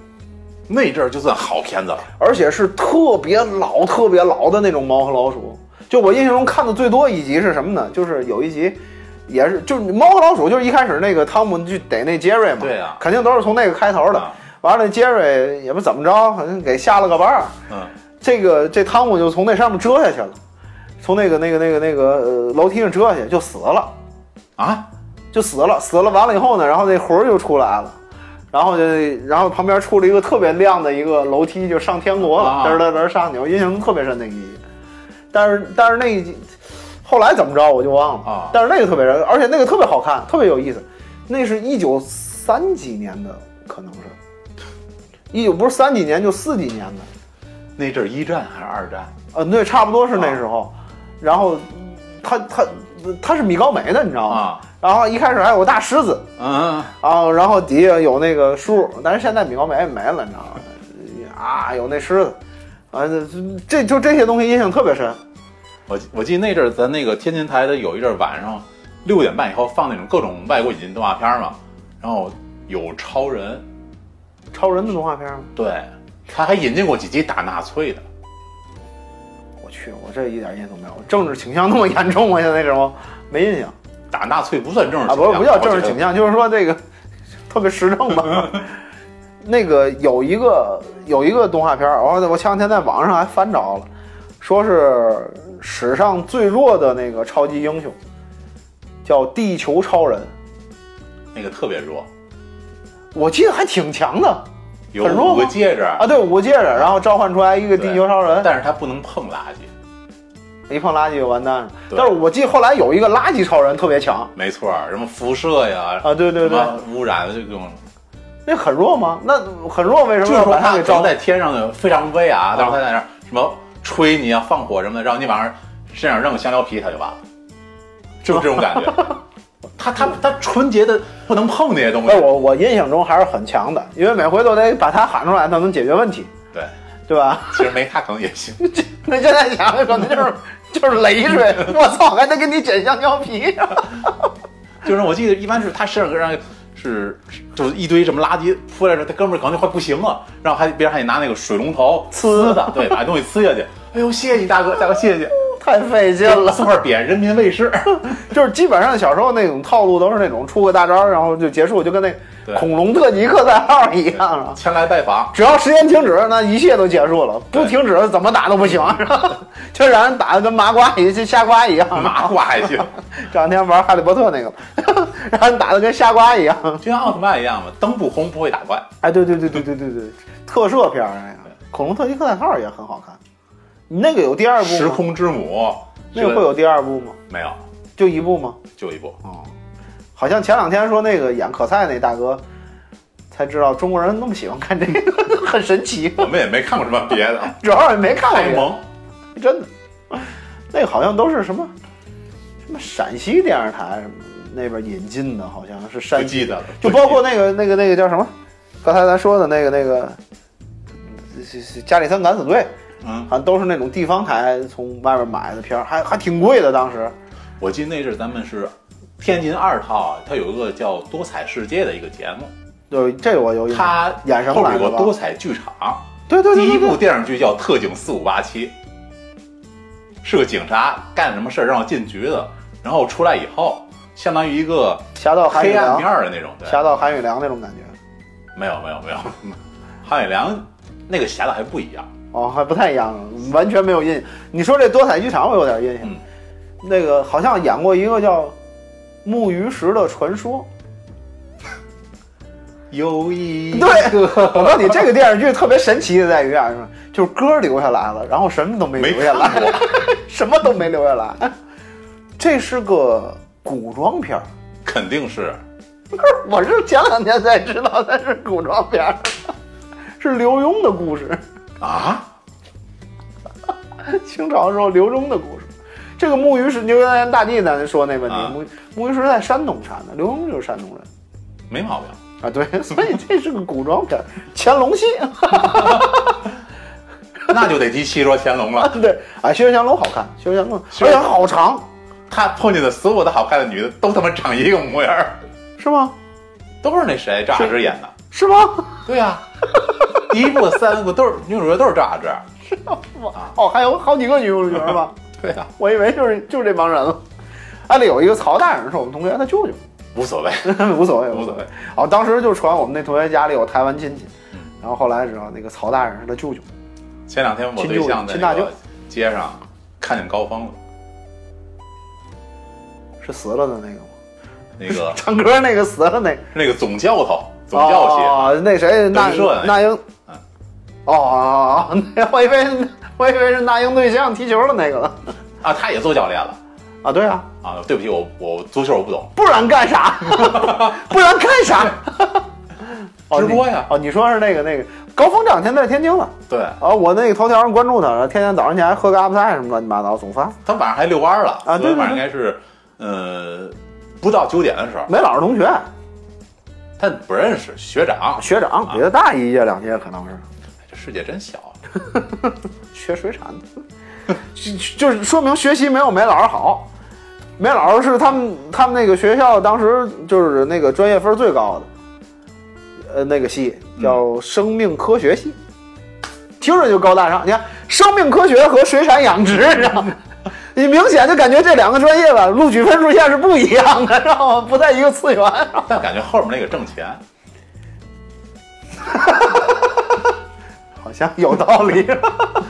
Speaker 1: 那阵儿就算好片子了，
Speaker 2: 而且是特别老、特别老的那种猫和老鼠。就我印象中看的最多一集是什么呢？就是有一集，也是就是猫和老鼠，就是一开始那个汤姆去逮那杰瑞嘛，
Speaker 1: 对啊
Speaker 2: 肯定都是从那个开头的
Speaker 1: 啊。
Speaker 2: 完了，杰瑞也不怎么着，好像给下了个绊儿，
Speaker 1: 嗯，
Speaker 2: 这个这汤姆就从那上面折下去了，从那个那个那个那个呃楼梯上折下去就死了。
Speaker 1: 啊，
Speaker 2: 就死了，死了完了以后呢，然后那魂儿就出来了，然后就然后旁边出了一个特别亮的一个楼梯，就上天国了，
Speaker 1: 啊
Speaker 2: 嘚儿嘚儿嘚儿上去，我印象中特别深那一集。但是但是那一集后来怎么着我就忘了
Speaker 1: 啊
Speaker 2: 但是那个特别燃，而且那个特别好看，特别有意思。那是一九三几年的，可能是，一九不是三几年就四几年的，
Speaker 1: 那阵儿一战还是二战？
Speaker 2: 呃，对，差不多是那时候。
Speaker 1: 啊
Speaker 2: 然后他他他是米高梅的，你知道吗？
Speaker 1: 啊
Speaker 2: 然后一开始还有个大狮子，
Speaker 1: 嗯，
Speaker 2: 啊，然后底下有那个树，但是现在米高梅也没了，你知道吗？啊，有那狮子，啊，这这就这些东西印象特别深。
Speaker 1: 我记我记得那阵儿咱那个天津台的有一阵儿晚上六点半以后放那种各种外国引进动画片儿嘛，然后有超人，
Speaker 2: 超人的动画片吗？
Speaker 1: 对，他还引进过几集打纳粹的，
Speaker 2: 我去，我这一点印象都没有。政治倾向那么严重吗？现在那时候没印象
Speaker 1: 打纳粹不算政治
Speaker 2: 啊，
Speaker 1: 倾
Speaker 2: 不
Speaker 1: 向
Speaker 2: 是不叫政治
Speaker 1: 我觉
Speaker 2: 倾
Speaker 1: 得
Speaker 2: 向，就是说这个特别实政吧。 那个有一个有一个动画片儿，我我前两天在网上还翻着了，说是史上最弱的那个超级英雄，叫地球超人。
Speaker 1: 那个特别弱，
Speaker 2: 我记得还挺强的
Speaker 1: 有
Speaker 2: 很弱
Speaker 1: 五个
Speaker 2: 吗
Speaker 1: 戒指，
Speaker 2: 啊，对，五个戒指，然后召唤出来一个地球超人，
Speaker 1: 但是他不能碰垃圾，
Speaker 2: 一碰垃圾就完蛋了。
Speaker 1: 对
Speaker 2: 但是我记得后来有一个垃圾超人特别强
Speaker 1: 没错儿，什么辐射呀，
Speaker 2: 啊，对对对，
Speaker 1: 什么污染这种，
Speaker 2: 那很弱吗？那很弱，为什
Speaker 1: 就是
Speaker 2: 么要
Speaker 1: 说
Speaker 2: 把他
Speaker 1: 他
Speaker 2: 给
Speaker 1: 能
Speaker 2: 召？
Speaker 1: 在天上的非常威啊，但是他在那儿什么吹你啊、放火什么的，让你往上身上扔香蕉皮，他就完了，就是这种感 觉。他他他纯洁的不能碰那些东西
Speaker 2: 哎，，我我印象中还是很强的，因为每回都得把他喊出来，才能解决问题，
Speaker 1: 对，
Speaker 2: 对吧？
Speaker 1: 其实没他可能也行。
Speaker 2: 那现在想想，可能就是就是累赘，我操，还能给你剪香蕉皮，
Speaker 1: 就是我记得一般是他身上让是是就是一堆什么垃圾扑来着，他哥们儿可能就快不行了，然后还别人还得拿那个水龙头
Speaker 2: 呲
Speaker 1: 的，对，把东西呲下去。哎呦，谢谢你大哥，大哥谢谢，
Speaker 2: 太费劲 了。
Speaker 1: 送块匾，人民卫 士。
Speaker 2: 就是基本上小时候那种套路都是那种出个大招，然后就结束，就跟那
Speaker 1: 对
Speaker 2: 恐龙特级克赛号一样啊。
Speaker 1: 前来拜访，
Speaker 2: 只要时间停止，那一切都结束了。不
Speaker 1: 对
Speaker 2: 停止，怎么打都不行， 是吧？就让人打的跟麻瓜一样，瞎瓜一样。
Speaker 1: 麻瓜还 行，
Speaker 2: 这两天玩哈利波特那个， 让人打的跟瞎瓜一样。
Speaker 1: 就像奥特曼一样嘛，灯不红不会打怪。
Speaker 2: 哎，对对对对对对对，特摄片儿那个《恐龙特级克赛号》也很好看。你那个有第二部吗？
Speaker 1: 时空之母，
Speaker 2: 那个
Speaker 1: 这
Speaker 2: 会有第二部吗？
Speaker 1: 没有？
Speaker 2: 就一部吗？
Speaker 1: 就一部。
Speaker 2: 哦，好像前两天说那个演可赛那大哥，才知道中国人那么喜欢看这个， 很神奇。
Speaker 1: 我们也没看过什么别 的，
Speaker 2: 主要也没看过
Speaker 1: 太
Speaker 2: 别的，
Speaker 1: 萌。
Speaker 2: 真的。那个好像都是什么什么陕西电视台什么那边引进的，好像是
Speaker 1: 不
Speaker 2: 山西，
Speaker 1: 记得了，
Speaker 2: 就包括那个那个那个叫什么，刚才咱说的那个那个。呃是是加里森敢死队，
Speaker 1: 嗯，
Speaker 2: 好像都是那种地方台从外边买的片儿，还还挺贵的。当时
Speaker 1: 我记得那阵儿咱们是天津二套啊，它有一个叫《多彩世界》的一个节目，
Speaker 2: 对这个我有印象。
Speaker 1: 它
Speaker 2: 演什么
Speaker 1: 后面
Speaker 2: 来
Speaker 1: 有
Speaker 2: 着
Speaker 1: 个
Speaker 2: 吧？
Speaker 1: 多彩剧场，
Speaker 2: 对对对
Speaker 1: 第一
Speaker 2: 对对
Speaker 1: 部电视剧叫《特警四五八七》，是个警察干什么事儿让我进局子，然后出来以后，相当于一个
Speaker 2: 侠盗韩
Speaker 1: 黑
Speaker 2: 语
Speaker 1: 暗
Speaker 2: 良
Speaker 1: 面，儿的那种，对，
Speaker 2: 侠盗韩语良那种感觉。
Speaker 1: 没有没有没 有，韩伟良那个侠盗还不一样，
Speaker 2: 哦，还不太一样，完全没有印象。你说这多彩剧场，我有点印象。
Speaker 1: 嗯
Speaker 2: 那个好像演过一个叫《木鱼石的传说
Speaker 1: 有一》。
Speaker 2: 对，我告诉你，这个电视剧特别神奇的在于啊，就是歌留下来了，然后什么都没
Speaker 1: 没
Speaker 2: 留下来，
Speaker 1: 看过，
Speaker 2: 什么都没留下来。这是个古装片儿，
Speaker 1: 肯定是
Speaker 2: 我是前两天才知道它是古装片儿，是刘墉的故事。
Speaker 1: 啊，
Speaker 2: 清朝时候刘墉的故事。这个木鱼是就跟大地咱说那问题
Speaker 1: 啊，
Speaker 2: 木木鱼是在山东产的，刘墉就是山东人
Speaker 1: 没毛病。
Speaker 2: 啊，对， 所以这是个古装片，乾隆戏，
Speaker 1: 那就得提戏说乾隆 了，
Speaker 2: 对，啊，薛降龙好看，薛降龙，
Speaker 1: 是
Speaker 2: 而且好长，
Speaker 1: 他碰见的所有的好看的女的都他妈长一个模样儿，
Speaker 2: 是吗？
Speaker 1: 都是那谁赵雅芝演的。
Speaker 2: 是吗？
Speaker 1: 对呀、第一部三部都是女主角都是赵雅芝。啊
Speaker 2: 哇哦，还有好几个女主角 吧，
Speaker 1: 对啊呀、
Speaker 2: 我以为就是就是这帮人了。哎，里有一个曹大人是我们同学，他舅舅，
Speaker 1: 无所谓，
Speaker 2: 无所谓，
Speaker 1: 无
Speaker 2: 所
Speaker 1: 所
Speaker 2: 谓。
Speaker 1: 谓。嗯
Speaker 2: 哦，当时就传我们那同学家里有台湾亲戚，然后后来知道那个曹大人是他舅舅。
Speaker 1: 前两天我对象在
Speaker 2: 亲大
Speaker 1: 那
Speaker 2: 舅
Speaker 1: 个街上看见高峰了，
Speaker 2: 是死了的那个吗？
Speaker 1: 那 个
Speaker 2: 唱歌那个死了那个，
Speaker 1: 那个总教头总教协、
Speaker 2: 哦，那谁那
Speaker 1: 德云社
Speaker 2: 那英，
Speaker 1: 嗯
Speaker 2: 哦哦哦，那我以为我以为是那英对象踢球的那个了
Speaker 1: 啊，他也做教练了。
Speaker 2: 啊、啊，对啊，
Speaker 1: 啊，对不起，我我足球我不懂，
Speaker 2: 不然 干啥？不然干啥？哦
Speaker 1: 直播呀
Speaker 2: 你哦，你说是那个那个高峰这两天在天津了
Speaker 1: 对
Speaker 2: 啊，我那个头条上关注他，然后天天早上起来喝个阿布菜什么乱七八糟，总发。
Speaker 1: 他晚上还遛弯儿了，
Speaker 2: 啊对
Speaker 1: 昨天
Speaker 2: 对
Speaker 1: 晚上
Speaker 2: 对
Speaker 1: 应该是，呃，不到九点的时候，
Speaker 2: 没老师同学
Speaker 1: 他不认识学长，
Speaker 2: 学长比他大一届两届可能是，
Speaker 1: 这世界真小，
Speaker 2: 学水产的， 就就是说明学习没有梅老师好。梅老师是他们他们那个学校当时就是那个专业分最高的，呃，那个系叫生命科学系，听着就高大上。你看生命科学和水产养殖，你知道吗？ 你明显就感觉这两个专业吧，录取分数线是不一样的，知道吗？不在一个次元。
Speaker 1: 但感觉后面那个挣钱，
Speaker 2: 好像有道理，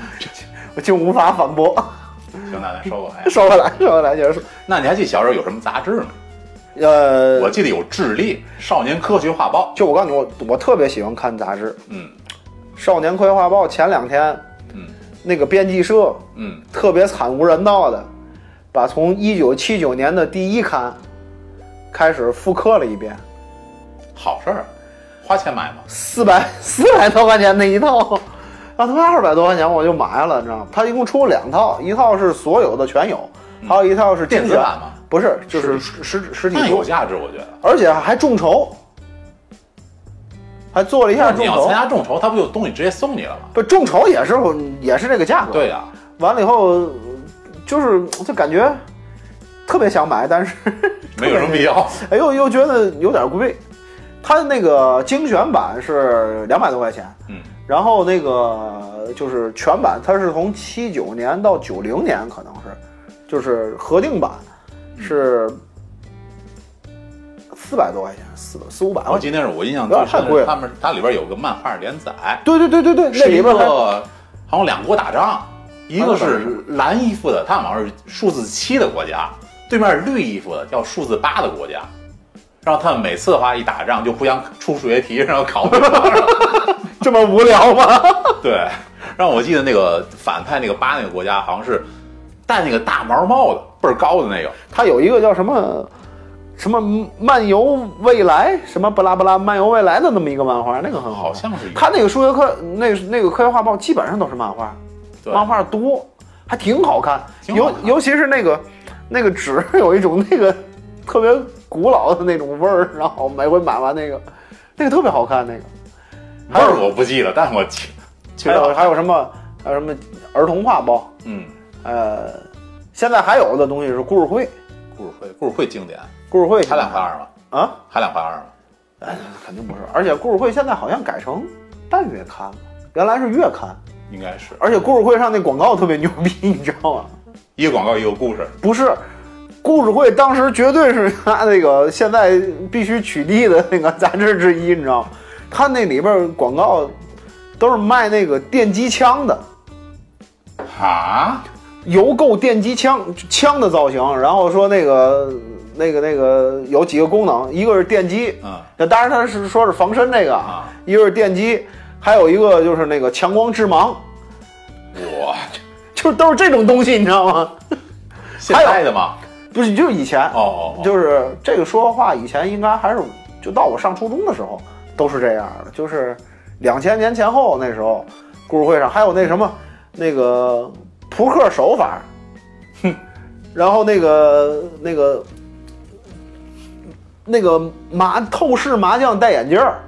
Speaker 2: 我竟无法反驳。
Speaker 1: 行，那咱收过来。
Speaker 2: 收回来，收回来，接着说。
Speaker 1: 那你还记得小时候有什么杂志吗？
Speaker 2: 呃，
Speaker 1: 我记得有《智力》《少年科学画报》，
Speaker 2: 就我告诉你，我我特别喜欢看杂志，《
Speaker 1: 嗯
Speaker 2: 少年科学画报》前两天
Speaker 1: 嗯
Speaker 2: 那个编辑社
Speaker 1: 嗯，
Speaker 2: 特别惨无人道的，把从一九七九年的第一刊开始复刻了一遍，
Speaker 1: 好事儿，花钱买吗？
Speaker 2: 四百 四百多块钱那一套，然后他妈二百多块钱我就买了，你知道吗？他一共出了两套，一套是所有的全有，还有一套是
Speaker 1: 电子
Speaker 2: 精选
Speaker 1: 版吗？
Speaker 2: 不是，就是实实实体
Speaker 1: 那
Speaker 2: 书
Speaker 1: 有，价值，我觉得。
Speaker 2: 而且还众筹，还做了一下
Speaker 1: 你
Speaker 2: 众
Speaker 1: 要
Speaker 2: 筹
Speaker 1: 参。加众筹，他不就东西直接送你了吗？
Speaker 2: 不，众筹也是也是这个价格。，
Speaker 1: 对呀、
Speaker 2: 完了以后就是就感觉特别想买，但是
Speaker 1: 没有什么必要。
Speaker 2: 哎呦又觉得有点贵。它的那个精选版是两百多块钱，
Speaker 1: 嗯，
Speaker 2: 然后那个就是全版，它是从七九年到九零年可能是，就是核定版是四百多块钱，四四五百块
Speaker 1: 我
Speaker 2: 钱。
Speaker 1: 今天是我印象最深
Speaker 2: 太
Speaker 1: 的
Speaker 2: 贵
Speaker 1: 是
Speaker 2: 了
Speaker 1: 他们，它里边有个漫画连载，
Speaker 2: 对对对对对，那
Speaker 1: 是
Speaker 2: 里
Speaker 1: 一
Speaker 2: 边
Speaker 1: 个
Speaker 2: 还
Speaker 1: 好像两国打仗，一个是蓝衣服的，他们好像是数字七的国家，对面是绿衣服的叫数字八的国家，然后他们每次的话一打仗就互相出数学题，然后考 对方。
Speaker 2: 这么无聊吗？
Speaker 1: 对，让我记得那个反派那个八那个国家好像是戴那个大毛帽的，倍儿高的那个，
Speaker 2: 它有一个叫什么什么漫游未来，什么不拉不拉漫游未来的那么一个漫画，那个很
Speaker 1: 好
Speaker 2: 好。
Speaker 1: 像是一个
Speaker 2: 它那个数学课那那个科学画报基本上都是漫画，
Speaker 1: 对
Speaker 2: 漫画多，还挺好看。
Speaker 1: 挺好看
Speaker 2: 尤尤其是那个那个纸 有一种那个特别古老的那种味儿，然后每回买完那个那个特别好看那个。
Speaker 1: 味儿我不记得，但我 记记
Speaker 2: 还有
Speaker 1: 得，
Speaker 2: 还有什么还有什么儿童画报，
Speaker 1: 嗯，
Speaker 2: 呃，现在还有的东西是故事会，
Speaker 1: 故事会故事会经典，
Speaker 2: 故事会
Speaker 1: 还两块二吗？
Speaker 2: 啊。
Speaker 1: 还两块二吗？
Speaker 2: 哎，肯定不是。而且故事会现在好像改成半月刊了，原来是月刊。
Speaker 1: 应该是
Speaker 2: 而且故事会上那广告特别牛逼，你知道吗？
Speaker 1: 一个广告一个故事，
Speaker 2: 不是，故事会当时绝对是他那个现在必须取缔的那个杂志之一，你知道吗？他那里边广告都是卖那个电击枪的，
Speaker 1: 啊，
Speaker 2: 邮购电击枪枪的造型，然后说那个那个那个有几个功能，一个是电击，
Speaker 1: 嗯
Speaker 2: 那当然它是说是防身这个
Speaker 1: 啊，
Speaker 2: 一个是电击，还有一个就是那个强光致盲，
Speaker 1: 我
Speaker 2: 就是都是这种东西，你知道吗？
Speaker 1: 现在的吗？
Speaker 2: 不是，就是以前，
Speaker 1: 哦哦哦，
Speaker 2: 就是这个说话以前应该还是就到我上初中的时候都是这样的，就是两千年前后那时候，故事会上还有那什么那个扑克手法，然后那个那个那个麻透视麻将戴眼镜儿，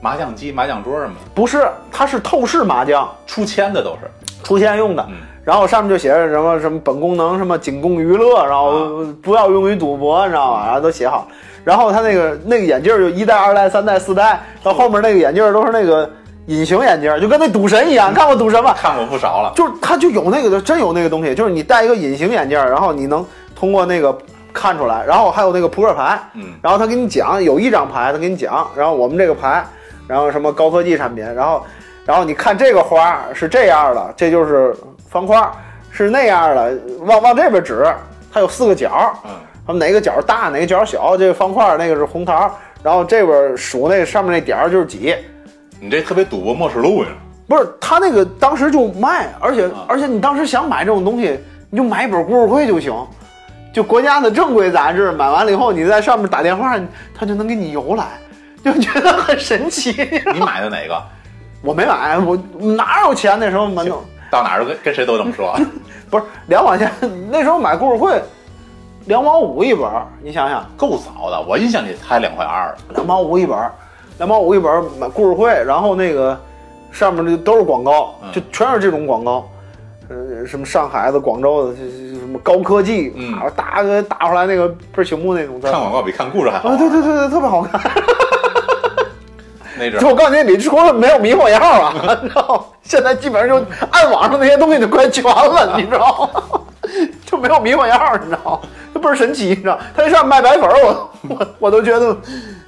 Speaker 1: 麻将机、麻将桌什么的，
Speaker 2: 不是，它是透视麻将。
Speaker 1: 出千的都是，
Speaker 2: 出现用的，
Speaker 1: 嗯
Speaker 2: 然后上面就写着什么什么本功能什么仅供娱乐，然后不要用于赌博，你知道吗？然后都写好。然后他那个那个眼镜儿就一代、二代、三代、四代，到后面那个眼镜儿都是那个隐形眼镜儿，就跟那赌神一样。看过赌神吧？
Speaker 1: 看过不少了。
Speaker 2: 就是它就有那个的，真有那个东西，就是你戴一个隐形眼镜儿，然后你能通过那个看出来，然后还有那个扑克牌，
Speaker 1: 嗯
Speaker 2: 然后他给你讲有一张牌，他给你讲，然后我们这个牌，然后什么高科技产品，然后然后你看这个花是这样的，这就是方块儿，是那样的，往往这边指，它有四个角儿，
Speaker 1: 嗯，
Speaker 2: 他们哪个角大，哪个角小，这个方块儿那个是红桃，然后这边数那上面那点儿就是几，
Speaker 1: 你这特别赌博默示录呀？
Speaker 2: 不是他那个当时就卖，而且、
Speaker 1: 啊
Speaker 2: 而且你当时想买这种东西，你就买一本故事会就行，就国家的正规杂志，买完了以后，你在上面打电话，他就能给你邮来，就觉得很神奇。
Speaker 1: 你买的哪个？
Speaker 2: 我没买，我哪有钱那时候嘛，弄
Speaker 1: 到哪儿都跟跟谁都这么 说。
Speaker 2: 不是两毛钱，那时候买故事会两毛五一本儿，你想想
Speaker 1: 够早的，我印象里才两块二。
Speaker 2: 两毛五一本儿，两毛五一本儿买故事会，然后那个上面就都是广告，
Speaker 1: 嗯
Speaker 2: 就全是这种广告，呃，什么上海的、广州的，这这什么高科技，
Speaker 1: 嗯
Speaker 2: 啊，打个打出来那个倍儿醒目那种字
Speaker 1: 看
Speaker 2: 儿。
Speaker 1: 广告比看故事还好
Speaker 2: 啊，
Speaker 1: 玩。
Speaker 2: 对对对对，特别好看。
Speaker 1: 那阵
Speaker 2: 就
Speaker 1: 儿
Speaker 2: 我告诉你，李志国没有迷惑药 啊，你知道吗？现在基本上就按网上那些东西就快全了，你知道吗？ 就没有迷惑药，你知道吗？就倍儿神奇，你知道吗？他那上面卖白粉儿，我我 我都觉得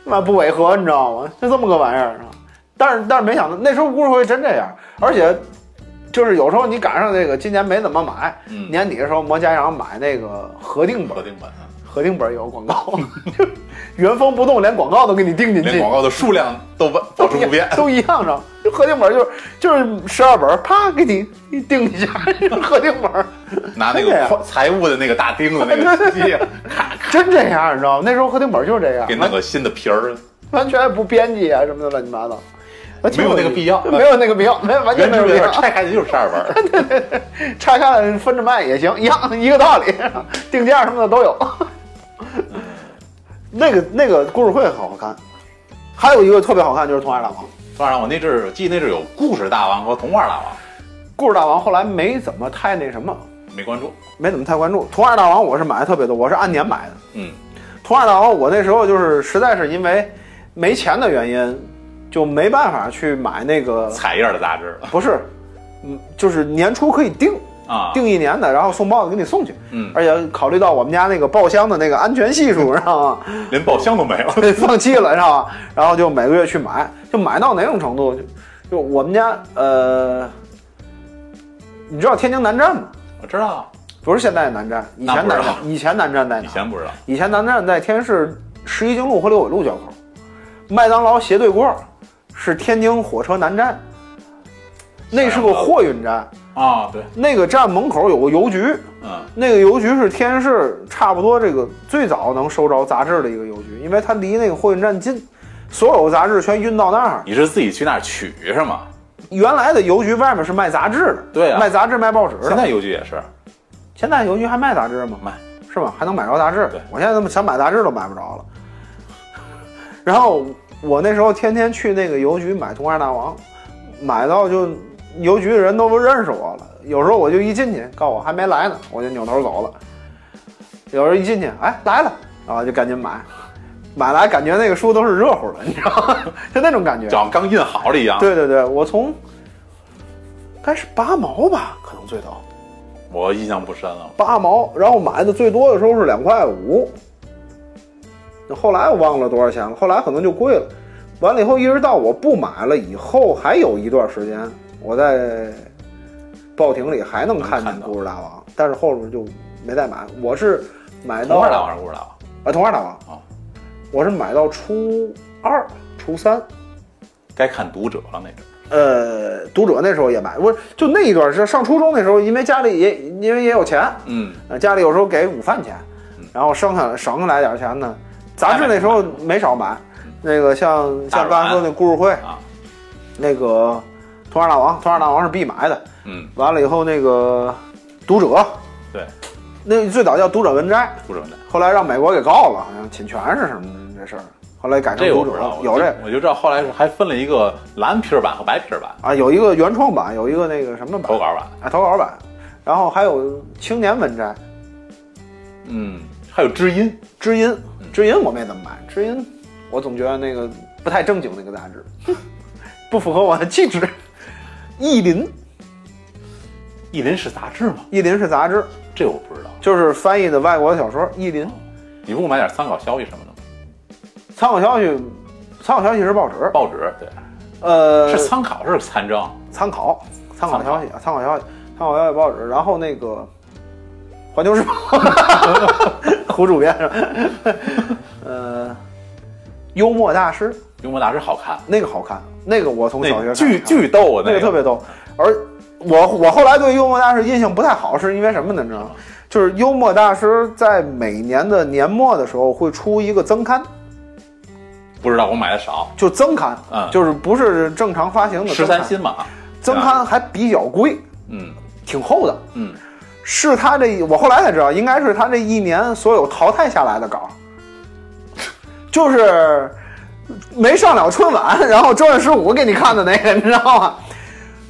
Speaker 2: 妈不违和，你知道吗？就这么个玩意儿，你知道吗但是但是没想到那时候故事会真这样，而且就是有时候你赶上那个今年没怎么买，
Speaker 1: 嗯
Speaker 2: 年底的时候摩家阳买那个核定本
Speaker 1: 合
Speaker 2: 儿，
Speaker 1: 订本，
Speaker 2: 核定本儿有广告， 就原封不动，连广告都给你钉进去，
Speaker 1: 连广告的数量都保保持不变。
Speaker 2: 都一样着。就核定本儿就是就是十二本儿，啪给你一定一下，核定本儿
Speaker 1: 拿那
Speaker 2: 真的
Speaker 1: 个
Speaker 2: 呀
Speaker 1: 会财务的那个大钉子那个机，咔
Speaker 2: 真这样，你知道吗？那时候核定本儿就是这样
Speaker 1: 给，弄个新的皮儿，
Speaker 2: 完全不编辑啊什么的乱七八糟，完全
Speaker 1: 没有那个必要
Speaker 2: 没有那个必要，没有完
Speaker 1: 原
Speaker 2: 全没有
Speaker 1: 汁
Speaker 2: 必
Speaker 1: 原味
Speaker 2: 要
Speaker 1: 儿，拆开的就是十二本儿。
Speaker 2: 拆开了分着卖也行，一样一个道理，定价什么的都有。 那个那个故事会很好看，还有一个特别好看就是《童话大王》。
Speaker 1: 当然，我那阵儿记得那阵儿有故事大王和童话大王，
Speaker 2: 故事大王后来没怎么太那什么，
Speaker 1: 没关注。
Speaker 2: 没怎么太关注。童话大王我是买的特别多，我是按年买的。
Speaker 1: 嗯，
Speaker 2: 童话大王我那时候就是实在是因为没钱的原因，就没办法去买那个，
Speaker 1: 彩页的杂志
Speaker 2: 不是，嗯，就是年初可以订
Speaker 1: 啊，
Speaker 2: 订一年的，然后送包子给你送去。
Speaker 1: 嗯，
Speaker 2: 而且考虑到我们家那个爆箱的那个安全系数，知道吗？
Speaker 1: 连报箱都没有。
Speaker 2: 放弃了，知道吗？然后就每个月去买，就买到哪种程度？就就我们家呃，你知道天津南站吗？
Speaker 1: 我知道，
Speaker 2: 不是现在的南站，以
Speaker 1: 那
Speaker 2: 前南
Speaker 1: 不知道
Speaker 2: 站，以前南站在
Speaker 1: 以
Speaker 2: 哪？
Speaker 1: 前不知道。
Speaker 2: 以前南站在天津市十一经路和六纬路交口，麦当劳斜对过儿是天津火车南站，那是个货运站，
Speaker 1: 啊，对，
Speaker 2: 那个站门口有个邮局，
Speaker 1: 嗯
Speaker 2: 那个邮局是天津市差不多这个最早能收着杂志的一个邮局，因为它离那个货运站近，所有杂志全运到那儿。
Speaker 1: 你是自己去那儿取是吗？
Speaker 2: 原来的邮局外面是卖杂志的，
Speaker 1: 对啊
Speaker 2: 卖杂志卖报纸的。
Speaker 1: 现在邮局也是
Speaker 2: 现在邮局还卖杂志吗？
Speaker 1: 卖，
Speaker 2: 是吧？还能买着杂志
Speaker 1: 对？
Speaker 2: 我现在他妈想买杂志都买不着了。 然后我那时候天天去那个邮局买《童话大王》，买到就邮局的人都不认识我了。有时候我就一进去，告诉我还没来呢，我就扭头走了。有时候一进去，哎来了，然后就赶紧买，买来感觉那个书都是热乎的，你知道吗？ 就那种感觉。
Speaker 1: 就好像刚印好了一样。
Speaker 2: 对对对，我从应该是八毛吧，可能最早。
Speaker 1: 我印象不深了。
Speaker 2: 八毛，然后买的最多的时候是两块五，那后来我忘了多少钱了，后来可能就贵了。完了以后，一直到我不买了以后，还有一段时间我在报亭里还能看见
Speaker 1: 能看
Speaker 2: 《
Speaker 1: 到
Speaker 2: 故事大王》，但是后面就没再买。我是买到
Speaker 1: 童话大王是故事大王，
Speaker 2: 啊，童话大王
Speaker 1: 哦
Speaker 2: 我是买到初二、初三。
Speaker 1: 该看读者了那阵儿。
Speaker 2: 呃，读者那时候也买，我就那一段是上初中那时候，因为家里也因为也有钱，
Speaker 1: 嗯，
Speaker 2: 呃，家里有时候给午饭钱
Speaker 1: 嗯，
Speaker 2: 然后剩下省下来点钱呢，杂志那时候没少买，那个像
Speaker 1: 嗯大
Speaker 2: 像刚才说那故事会
Speaker 1: 啊，
Speaker 2: 那个《童话大王》，《童话大王》是必买的。
Speaker 1: 嗯，
Speaker 2: 完了以后，那个读者，
Speaker 1: 对，
Speaker 2: 那最早叫读者文摘，
Speaker 1: 读者文摘。
Speaker 2: 后来让美国给告了，好像侵权是什么这事儿，后来改成
Speaker 1: 这我不
Speaker 2: 读者
Speaker 1: 知道
Speaker 2: 了，，
Speaker 1: 我
Speaker 2: 有
Speaker 1: 就
Speaker 2: 这
Speaker 1: 我就知道后来是还分了一个蓝皮儿版和白皮儿版、
Speaker 2: 啊，有一个原创版，有一个那个什么版
Speaker 1: 投稿版。
Speaker 2: 啊，投稿版，然后还有青年文摘，
Speaker 1: 嗯，还有知音，
Speaker 2: 知音，知音我没怎么买，知音我总觉得那个不太正经那个杂志，不符合我的气质。意林，
Speaker 1: 意林是杂志吗？
Speaker 2: 意林是杂志，
Speaker 1: 这我不知道。
Speaker 2: 就是翻译的外国小说。意林，
Speaker 1: 你不买点参考消息什么的吗？
Speaker 2: 参考消息，参考消息是报纸，
Speaker 1: 报纸对，
Speaker 2: 呃，
Speaker 1: 是参考是参照，
Speaker 2: 参考，参考
Speaker 1: 参考
Speaker 2: 消息，啊参考消息，参考消息报纸，然后那个《环球时报》，胡主编是吧？呃，幽默大师
Speaker 1: 幽默大师好看。
Speaker 2: 那个好看，那个我从
Speaker 1: 那
Speaker 2: 小
Speaker 1: 个
Speaker 2: 学看
Speaker 1: 巨
Speaker 2: 看
Speaker 1: 巨逗啊，嗯
Speaker 2: 那个特别逗。而我我后来对幽默大师印象不太好，是因为什么呢？你知道吗？就是幽默大师在每年的年末的时候会出一个增刊，
Speaker 1: 不知道我买的少，
Speaker 2: 就增刊，
Speaker 1: 嗯
Speaker 2: 就是不是正常发行的
Speaker 1: 十
Speaker 2: 增刊
Speaker 1: 三，新嘛，啊
Speaker 2: 增刊还比较贵，
Speaker 1: 嗯
Speaker 2: 挺厚的。
Speaker 1: 嗯，
Speaker 2: 是他这，我后来才知道，应该是他这一年所有淘汰下来的稿，就是没上了春晚，然后正月十五给你看的那个，你知道吗？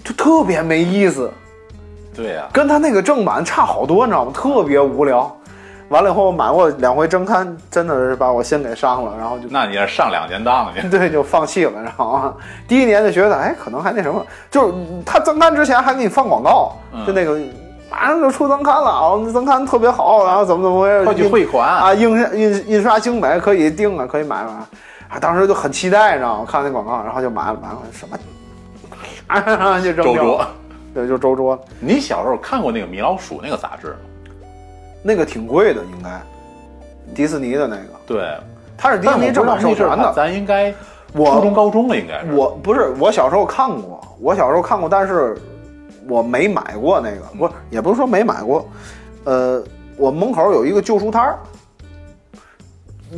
Speaker 2: 就特别没意思，
Speaker 1: 对呀、
Speaker 2: 跟他那个正版差好多，你知道吗？特别无聊。完了以后，我买过两回征刊，真的是把我心给伤了，然后就
Speaker 1: 那你是上两年当去，
Speaker 2: 对，就放弃了，然后啊，第一年就觉得，哎，可能还那什么，就是他增刊之前还给你放广告，
Speaker 1: 嗯
Speaker 2: 就那个马上就出增刊了，啊，增刊特别好，然后怎么怎么回事，
Speaker 1: 快去
Speaker 2: 印
Speaker 1: 汇款
Speaker 2: 啊，印刷印印刷精美，可以订啊，可以买买。啊，当时就很期待，你知道吗？看那广告，然后就买了，买了什么，啊， 就扔
Speaker 1: 周
Speaker 2: 掉
Speaker 1: 卓
Speaker 2: 了，。对，就周桌，
Speaker 1: 你小时候看过那个米老鼠那个杂志吗？
Speaker 2: 那个挺贵的，应该，迪士尼的那个，
Speaker 1: 对，
Speaker 2: 它是迪士
Speaker 1: 但我
Speaker 2: 尼
Speaker 1: 不知
Speaker 2: 正
Speaker 1: 道
Speaker 2: 版授
Speaker 1: 那阵
Speaker 2: 权
Speaker 1: 儿
Speaker 2: 的嗯
Speaker 1: 咱，咱应该
Speaker 2: 我
Speaker 1: 初中高中了，应该是。
Speaker 2: 我不是我小时候看过，我小时候看过，但是我没买过那个，不是也不是说没买过，呃，我门口有一个旧书摊儿，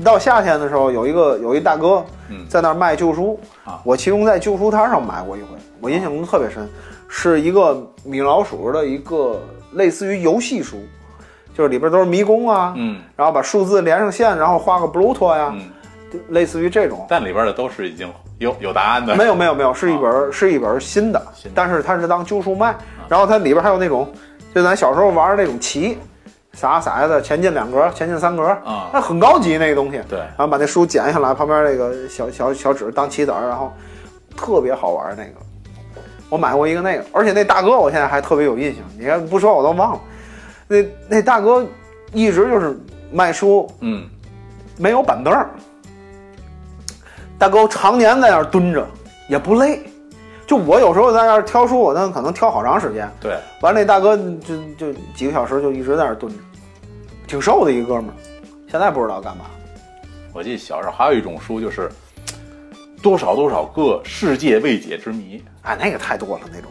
Speaker 2: 到夏天的时候有一个有一大哥
Speaker 1: 嗯
Speaker 2: 在那儿卖旧书，
Speaker 1: 啊
Speaker 2: 我其中在旧书摊上买过一回，我印象中特别深，是一个米老鼠的一个类似于游戏书，就是里边都是迷宫啊，
Speaker 1: 嗯
Speaker 2: 然后把数字连上线，然后画个 Bluetooth 呀、
Speaker 1: 嗯，
Speaker 2: 就类似于这种。
Speaker 1: 但里边的都是已经有有答案的。
Speaker 2: 没有没有没有，是一本儿是一本儿新的
Speaker 1: 啊新的，啊
Speaker 2: 但是它是当旧书卖，然后它里边还有那种，就咱小时候玩儿那种棋，撒骰子，前进两格，前进三格，
Speaker 1: 啊
Speaker 2: 那很高级那个东西。
Speaker 1: 对
Speaker 2: 然后把那书剪下来，旁边那个小小小纸当棋子儿，然后特别好玩儿那个。我买过一个那个，而且那大哥我现在还特别有印象，你看不说我都忘了。那那大哥一直就是卖书，
Speaker 1: 嗯，
Speaker 2: 没有板凳儿，大哥常年在那儿蹲着，也不累。就我有时候在那儿挑书，我那可能挑好长时间，
Speaker 1: 对，
Speaker 2: 完了那大哥就就几个小时就一直在那儿蹲着，挺瘦的一哥们儿，现在不知道干嘛。
Speaker 1: 我记得小时候还有一种书就是多少多少个世界未解之谜。
Speaker 2: 哎，那个太多了那种，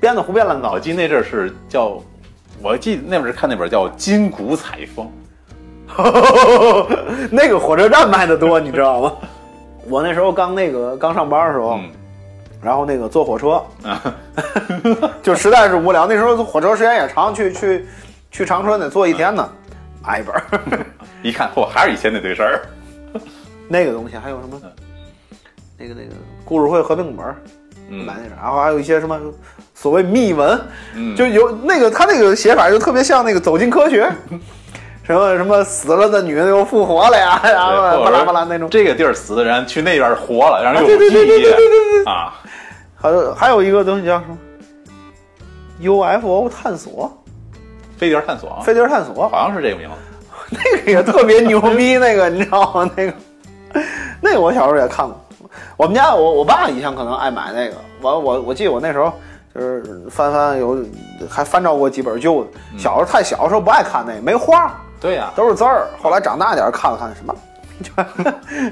Speaker 2: 编的胡 编乱造
Speaker 1: 我。记得那阵儿是叫，我记得那本儿看那本儿叫《金谷采风》。
Speaker 2: 那个火车站卖的多，你知道吗？我那时候刚那个刚上班的时候，
Speaker 1: 嗯
Speaker 2: 然后那个坐火车，
Speaker 1: 哦啊
Speaker 2: 就实在是无聊。那时候火车时间也长，去去去长春得坐一天呢，
Speaker 1: 嗯
Speaker 2: 买一本儿。
Speaker 1: 一看，嚯，还是以前那堆事儿。
Speaker 2: 那个东西还有什么
Speaker 1: 嗯？
Speaker 2: 那个那个故事会合并本儿，
Speaker 1: 嗯
Speaker 2: 买那啥，然后还有一些什么所谓秘闻，
Speaker 1: 嗯
Speaker 2: 就有那个他那个写法就特别像那个《走进 科学》，什么什么死了的女人又复活了呀，然
Speaker 1: 对或
Speaker 2: 后啊
Speaker 1: 者
Speaker 2: 巴拉
Speaker 1: 说
Speaker 2: 巴拉那种。
Speaker 1: 这个地儿死的人去那边儿活了，让人
Speaker 2: 啊
Speaker 1: 有
Speaker 2: 对对
Speaker 1: 记
Speaker 2: 对对对对
Speaker 1: 忆啊。
Speaker 2: 还有还有一个东西叫什么？UFO 探索，
Speaker 1: 飞碟探索啊，
Speaker 2: 飞碟探索，
Speaker 1: 好像是这个名字。
Speaker 2: 那个 也特别牛逼，那个你知道吗？那个， 那个我小时候也看过。我们家我我爸以前可能爱买那个，完我我记得我那时候就是翻翻有还翻照过几本旧的。
Speaker 1: 嗯
Speaker 2: 小时候太小时候不爱看那个，没画儿，
Speaker 1: 对呀、
Speaker 2: 都是字儿。后来长大点儿看了看什么， 就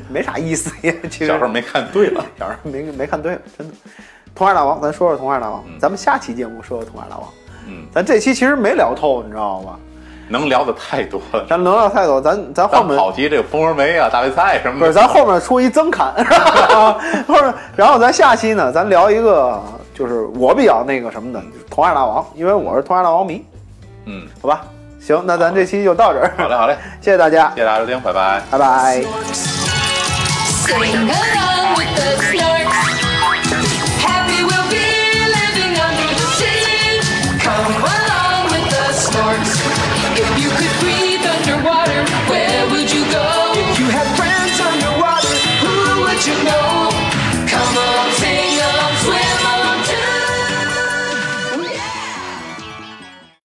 Speaker 2: 没啥意思也。其实
Speaker 1: 小时候没看对了。
Speaker 2: 小时候没没看对了，真的。童话大王，咱说说童话大王，咱们下期节目说说童话大王。
Speaker 1: 嗯，
Speaker 2: 咱这期其实没聊透，你知道吗？
Speaker 1: 能聊的太多了。
Speaker 2: 咱能聊太多，咱咱后
Speaker 1: 咱
Speaker 2: 面
Speaker 1: 跑题这个蜂窝煤啊、大白菜什么
Speaker 2: 不
Speaker 1: 的，
Speaker 2: 是，咱后面出一增刊，后面，然后咱下期呢，咱聊一个，就是我比较那个什么的，就是《童话大王》，因为我是《童话大王》迷，
Speaker 1: 嗯，
Speaker 2: 好吧？行，那咱这期就到这儿，
Speaker 1: 好嘞好嘞，
Speaker 2: 谢谢大家
Speaker 1: 谢，谢大家收听，拜拜。
Speaker 2: 拜拜。
Speaker 3: Sing along with the snorks. Happy we'll be living under the sea. Come along with the snorks. If you could breathe underwater, where would you go?
Speaker 4: You have